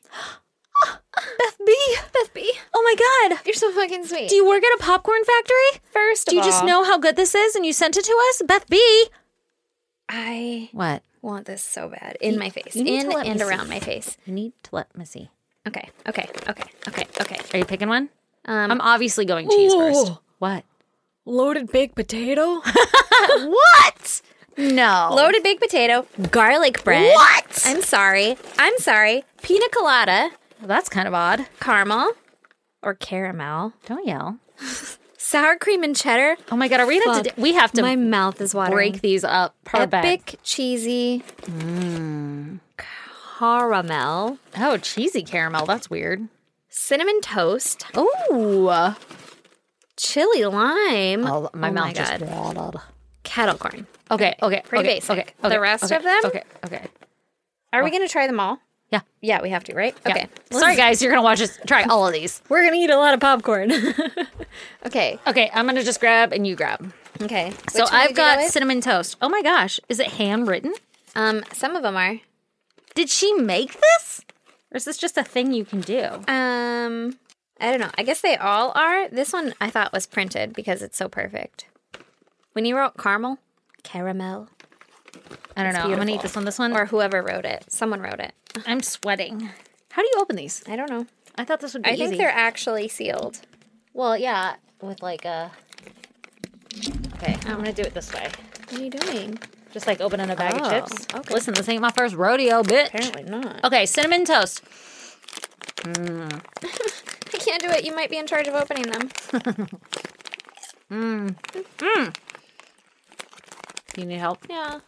A: Beth B.
B: Beth B.
A: Oh my god.
B: You're so fucking sweet.
A: Do you work at a popcorn factory?
B: first of
A: Do you just
B: all,
A: know how good this is and you sent it to us? Beth B.
B: I
A: What?
B: want this so bad in my face,
A: you need to
B: in
A: let me
B: and
A: see.
B: around my face.
A: You need to let me see.
B: Okay, okay, okay, okay, okay.
A: Are you picking one?
B: Um,
A: I'm obviously going cheese first. What?
D: Loaded baked potato?
A: What? No.
B: Loaded baked potato, garlic bread.
A: What?
B: I'm sorry. I'm sorry. Pina colada,
A: That's kind of odd.
B: caramel or caramel,
A: Don't yell.
B: sour cream and cheddar.
A: Oh my god, are we gonna have to?
B: Fuck.
A: d- we have to
B: My mouth is watering.
A: break these up per
B: Epic
A: bag.
B: cheesy caramel,
A: Oh, cheesy caramel. That's weird.
B: cinnamon toast,
A: Oh,
B: chili lime.
A: my
B: Oh
A: mouth
B: my
A: just
B: God.
A: watered.
B: Kettle corn.
A: Okay, okay,
B: Pretty
A: okay,
B: basic.
A: Okay,
B: The
A: okay,
B: rest
A: okay,
B: of them?
A: Okay, okay.
B: Are we going to try them all?
A: Oh. Yeah.
B: Yeah, we have to, right?
A: yeah.
B: Okay.
A: Sorry, guys, you're gonna watch us try all of these.
B: We're going to eat a lot of popcorn. okay.
A: Okay, I'm gonna just grab and you grab.
B: Okay.
A: So
B: Which one
A: I've
B: did you go
A: got
B: with?
A: cinnamon toast. Oh my gosh, is it handwritten?
B: um some of them are.
A: Did she make this? Or is this just a thing you can do?
B: Um I don't know. I guess they all are. This one I thought was printed because it's so perfect. When you wrote caramel, caramel,
A: I don't know. I'm gonna eat
B: beautiful.
A: this one. This one.
B: or whoever wrote it, someone wrote it.
A: I'm sweating. How do you open these?
B: I don't know.
A: I thought this would be
B: I
A: easy.
B: think they're actually sealed.
A: well, yeah, with like a. Okay, I'm gonna do it this way.
B: What are you doing?
A: Just like opening a bag
B: Oh,
A: of chips.
B: okay.
A: Listen, this ain't my first rodeo, bitch.
B: Apparently not.
A: Okay, cinnamon toast.
B: I can't do it. You might be in charge of opening them.
A: You need help?
B: Yeah.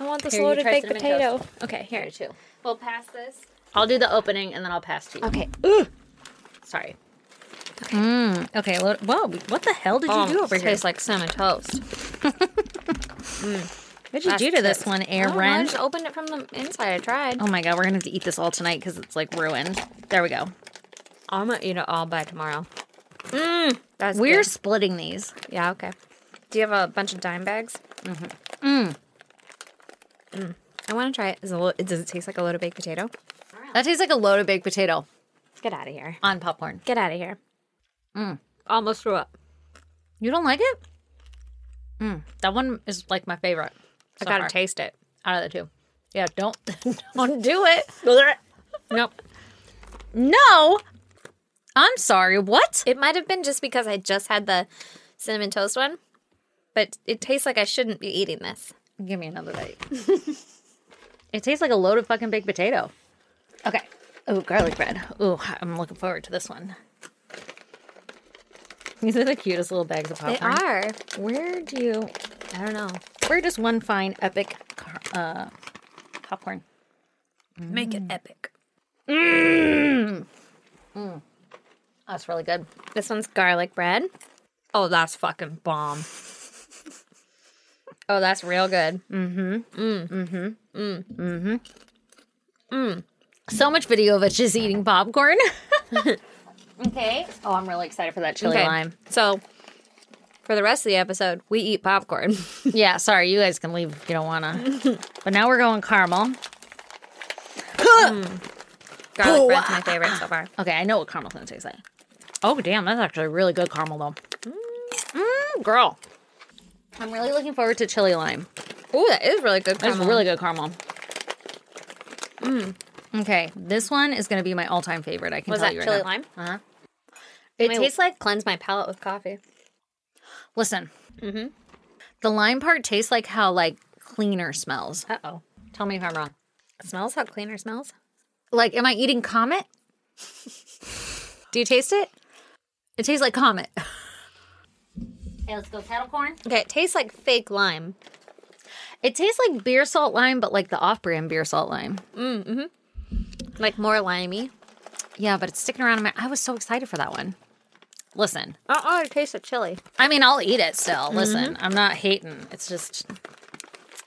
B: I want this
A: Here, you
B: loaded
A: try
B: baked
A: cinnamon
B: potato.
A: toast.
B: Okay, here.
A: Here too.
B: We'll pass this.
A: I'll do the opening and then I'll pass to you.
B: Okay.
A: Sorry. Mm, okay. lo- Whoa. What the hell did you do over here?
B: Tastes like cinnamon toast.
A: What did you do to this one,
B: oh, I don't know, I
A: Aaron?
B: just opened it from the inside. I tried.
A: Oh my god, we're gonna have to eat this all tonight because it's like ruined. There we go.
B: I'm gonna eat it all by tomorrow. Mmm, that's
A: We're
B: good.
A: splitting these.
B: Yeah, okay. Do you have a bunch of dime bags? Mm-hmm. Mm. I want to try it. Is it. a lo- Does it taste like a loaded baked potato?
A: That tastes like a load of baked potato
B: Get out of here.
A: on popcorn.
B: Get out of here. Mm. Almost threw up.
A: You don't like it? Mm, that one is like my favorite.
B: I
A: so
B: gotta
A: far,
B: taste it.
A: out of the two. Yeah, don't
B: Don't do it.
A: nope. No, I'm sorry. What?
B: It might have been just because I just had the cinnamon toast one, but it tastes like I shouldn't be eating this.
A: Give me another bite. it tastes like a load of fucking baked potato. Okay. Oh, garlic bread. Oh, I'm looking forward to this one. These are the cutest little bags of popcorn.
B: are.
A: Where do you?
B: I don't know.
A: Where does one find epic car- uh, popcorn?
B: Make it epic.
A: That's really good.
B: This one's garlic bread. Oh, that's fucking bomb. oh, that's real good.
A: So much video of it just eating popcorn. okay. Oh, I'm really excited for that chili lime.
B: So, for the rest of the episode, we eat popcorn.
A: Yeah, sorry, you guys can leave if you don't wanna. but now we're going caramel.
B: garlic bread's my favorite so far.
A: Okay, I know what caramel's gonna taste like. Oh, damn, that's actually really good caramel though. Mm, girl. I'm really looking forward to chili lime.
B: Oh, that is really good.
A: That's
B: caramel.
A: really good caramel. Mm, Okay, this one is gonna be my all-time favorite. I can
B: Was
A: tell
B: that
A: you right
B: chili
A: now.
B: lime?
A: Uh-huh. It
B: Wait,
A: tastes like
B: cleanse my palate with coffee.
A: listen.
B: Mm-hmm.
A: The lime part tastes like how like cleaner smells.
B: Uh oh.
A: Tell me if I'm wrong.
B: Smells how cleaner smells.
A: Like, am I eating Comet? Do you taste it? It tastes like Comet. Hey, let's go kettle corn.
B: Okay, it tastes like fake lime.
A: It tastes like beer salt lime, but like the off-brand beer salt lime.
B: Like more limey.
A: Yeah, but it's sticking around in my. I was so excited for that one. Listen,
B: Oh, oh it tastes like chili.
A: I mean, I'll eat it still. Listen, I'm not hating. It's just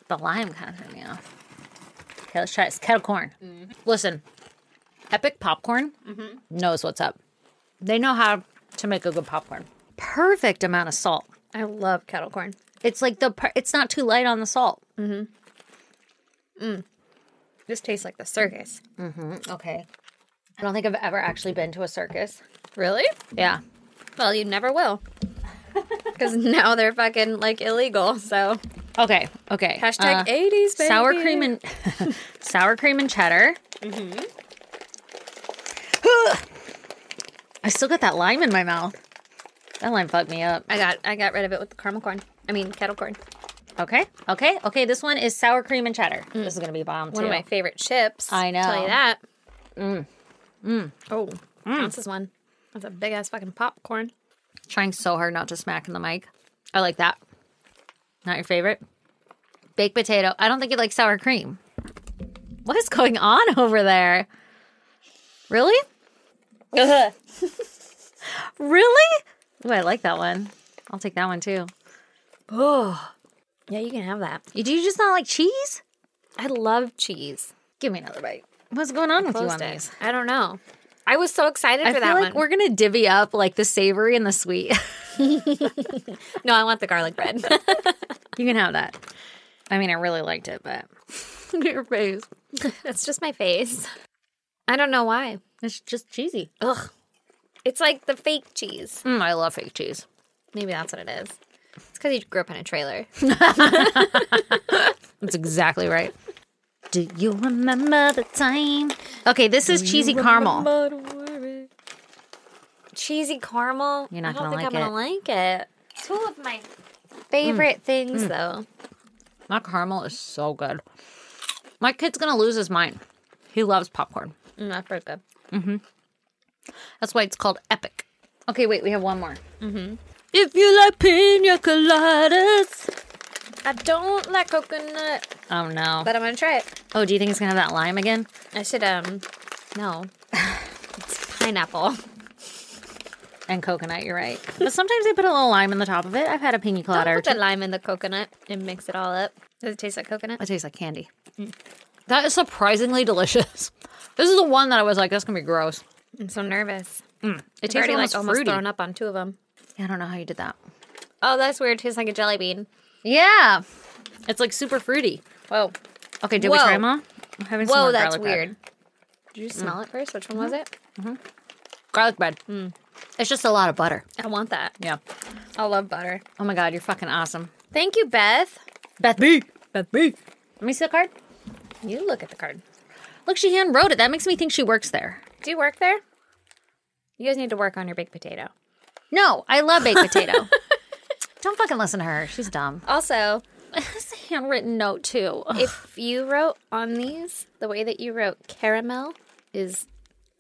A: the lime kind of threw me off. Okay, let's try this kettle corn. Listen, Epic Popcorn knows what's up. They know how to make a good popcorn. Perfect amount of salt.
B: I love kettle corn.
A: It's like the per- it's not too light on the salt.
B: This tastes like the circus.
A: Okay. I don't think I've ever actually been to a circus.
B: Really?
A: Yeah.
B: Well, you never will. Because now they're fucking like illegal. So
A: Okay. Okay.
B: hashtag
A: Uh,
B: 80s baby.
A: sour cream and sour cream and cheddar.
B: Mm-hmm.
A: I still got that lime in my mouth. That lime fucked me up.
B: I got I got rid of it with the caramel corn. I mean kettle corn.
A: Okay. Okay. Okay. This one is sour cream and cheddar. This is gonna be bomb
B: Mm. One
A: too.
B: of my favorite chips.
A: I know.
B: Tell you that. Mm. Oh, that's this one. That's a big ass fucking popcorn.
A: Trying so hard not to smack in the mic. I like that. Not your favorite? Baked potato. I don't think you like sour cream. What is going on over there? Really? Really? Ooh, I like that one. I'll take that one too.
B: Yeah, you can have that.
A: You- Do you just not like cheese?
B: I love cheese.
A: Give me another bite. What's going on with you on
B: Closed it.
A: these?
B: I don't know. I was so excited
A: I
B: for
A: feel
B: that
A: like
B: one.
A: we're gonna divvy up like the savory and the sweet.
B: No, I want the garlic bread.
A: you can have that. I mean, I really liked it, but
B: Your face. That's just my face. I don't know why.
A: it's just cheesy.
B: Ugh. It's like the fake cheese.
A: Mm, I love fake cheese.
B: Maybe that's what it is. It's because you grew up in a trailer.
A: That's exactly right. Do you remember the time? Okay, this is cheesy caramel.
B: Cheesy caramel.
A: You're not
B: I don't
A: gonna
B: think
A: like
B: I'm gonna like Mm. it. Two of my favorite things, though.
A: My caramel is so good. My kid's gonna lose his mind. He loves popcorn.
B: Mm, that's pretty good.
A: That's why it's called epic. Okay, wait, we have one more. Mm-hmm. If you like pina coladas.
B: I don't like coconut,
A: Oh no.
B: but I'm gonna try it.
A: Oh, do you think it's gonna have that lime again?
B: I should um, no, it's pineapple.
A: And coconut, you're right. But sometimes they put a little lime in the top of it. I've had a pina
B: Don't
A: colada or
B: put
A: two.
B: the lime in the coconut and mix it all up. Does it taste like coconut?
A: It tastes like candy. That is surprisingly delicious. This is the one that I was like, that's gonna be gross.
B: I'm so nervous.
A: It
B: I've already
A: tastes
B: like
A: almost
B: almost
A: fruity.
B: thrown up on two of them.
A: I don't know how you did that.
B: Oh, that's weird. Tastes like a jelly bean.
A: Yeah, it's like super fruity.
B: Whoa,
A: Okay, did we
B: Whoa.
A: try them all? I haven't smelled
B: whoa, that's
A: garlic bread.
B: weird. Did you smell it first? Which one was it?
A: Garlic bread. It's just a lot of butter.
B: I want that.
A: Hmm. Yeah.
B: I love butter.
A: Oh my god, you're fucking awesome,
B: Thank you, Beth.
A: Beth B. Beth B. Let me see the card.
B: You look at the card.
A: Look, she hand wrote it. That makes me think she works there.
B: Do you work there? You guys need to work on your baked potato.
A: No, I love baked potato. Don't fucking listen to her. She's dumb.
B: Also,
A: It's a handwritten note too.
B: if you wrote on these the way that you wrote caramel is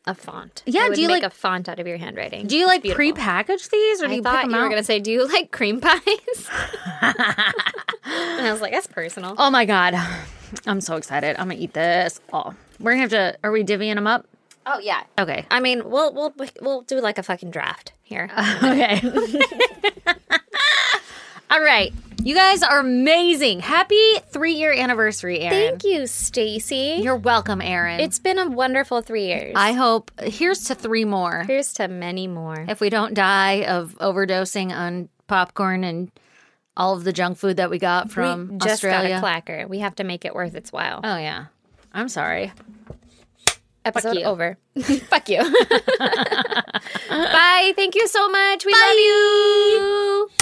B: a font.
A: Yeah,
B: I would
A: do you
B: make
A: like-
B: a font out of your handwriting?
A: Do you like
B: beautiful.
A: prepackaged these, or do
B: I
A: you pick
B: thought
A: them
B: you
A: out?
B: were gonna say, "Do you like cream pies?" and I was like, "That's personal."
A: Oh my god, I'm so excited. I'm gonna eat this. Oh, we're gonna have to. Are we divvying them up?
B: Oh yeah.
A: Okay.
B: I mean, we'll we'll we'll do like a fucking draft here.
A: Uh, Okay. All right. You guys are amazing. Happy three year anniversary, Aaron.
B: Thank you, Stacy.
A: You're welcome, Aaron.
B: It's been a wonderful three years.
A: I hope here's to three more.
B: Here's to many more.
A: If we don't die of overdosing on popcorn and all of the junk food that we got from
B: we just
A: Um, Australia.
B: got a clacker. We have to make it worth its while.
A: oh yeah. I'm sorry.
B: Episode
A: you.
B: over. fuck you. Bye. Thank you so much. We love you.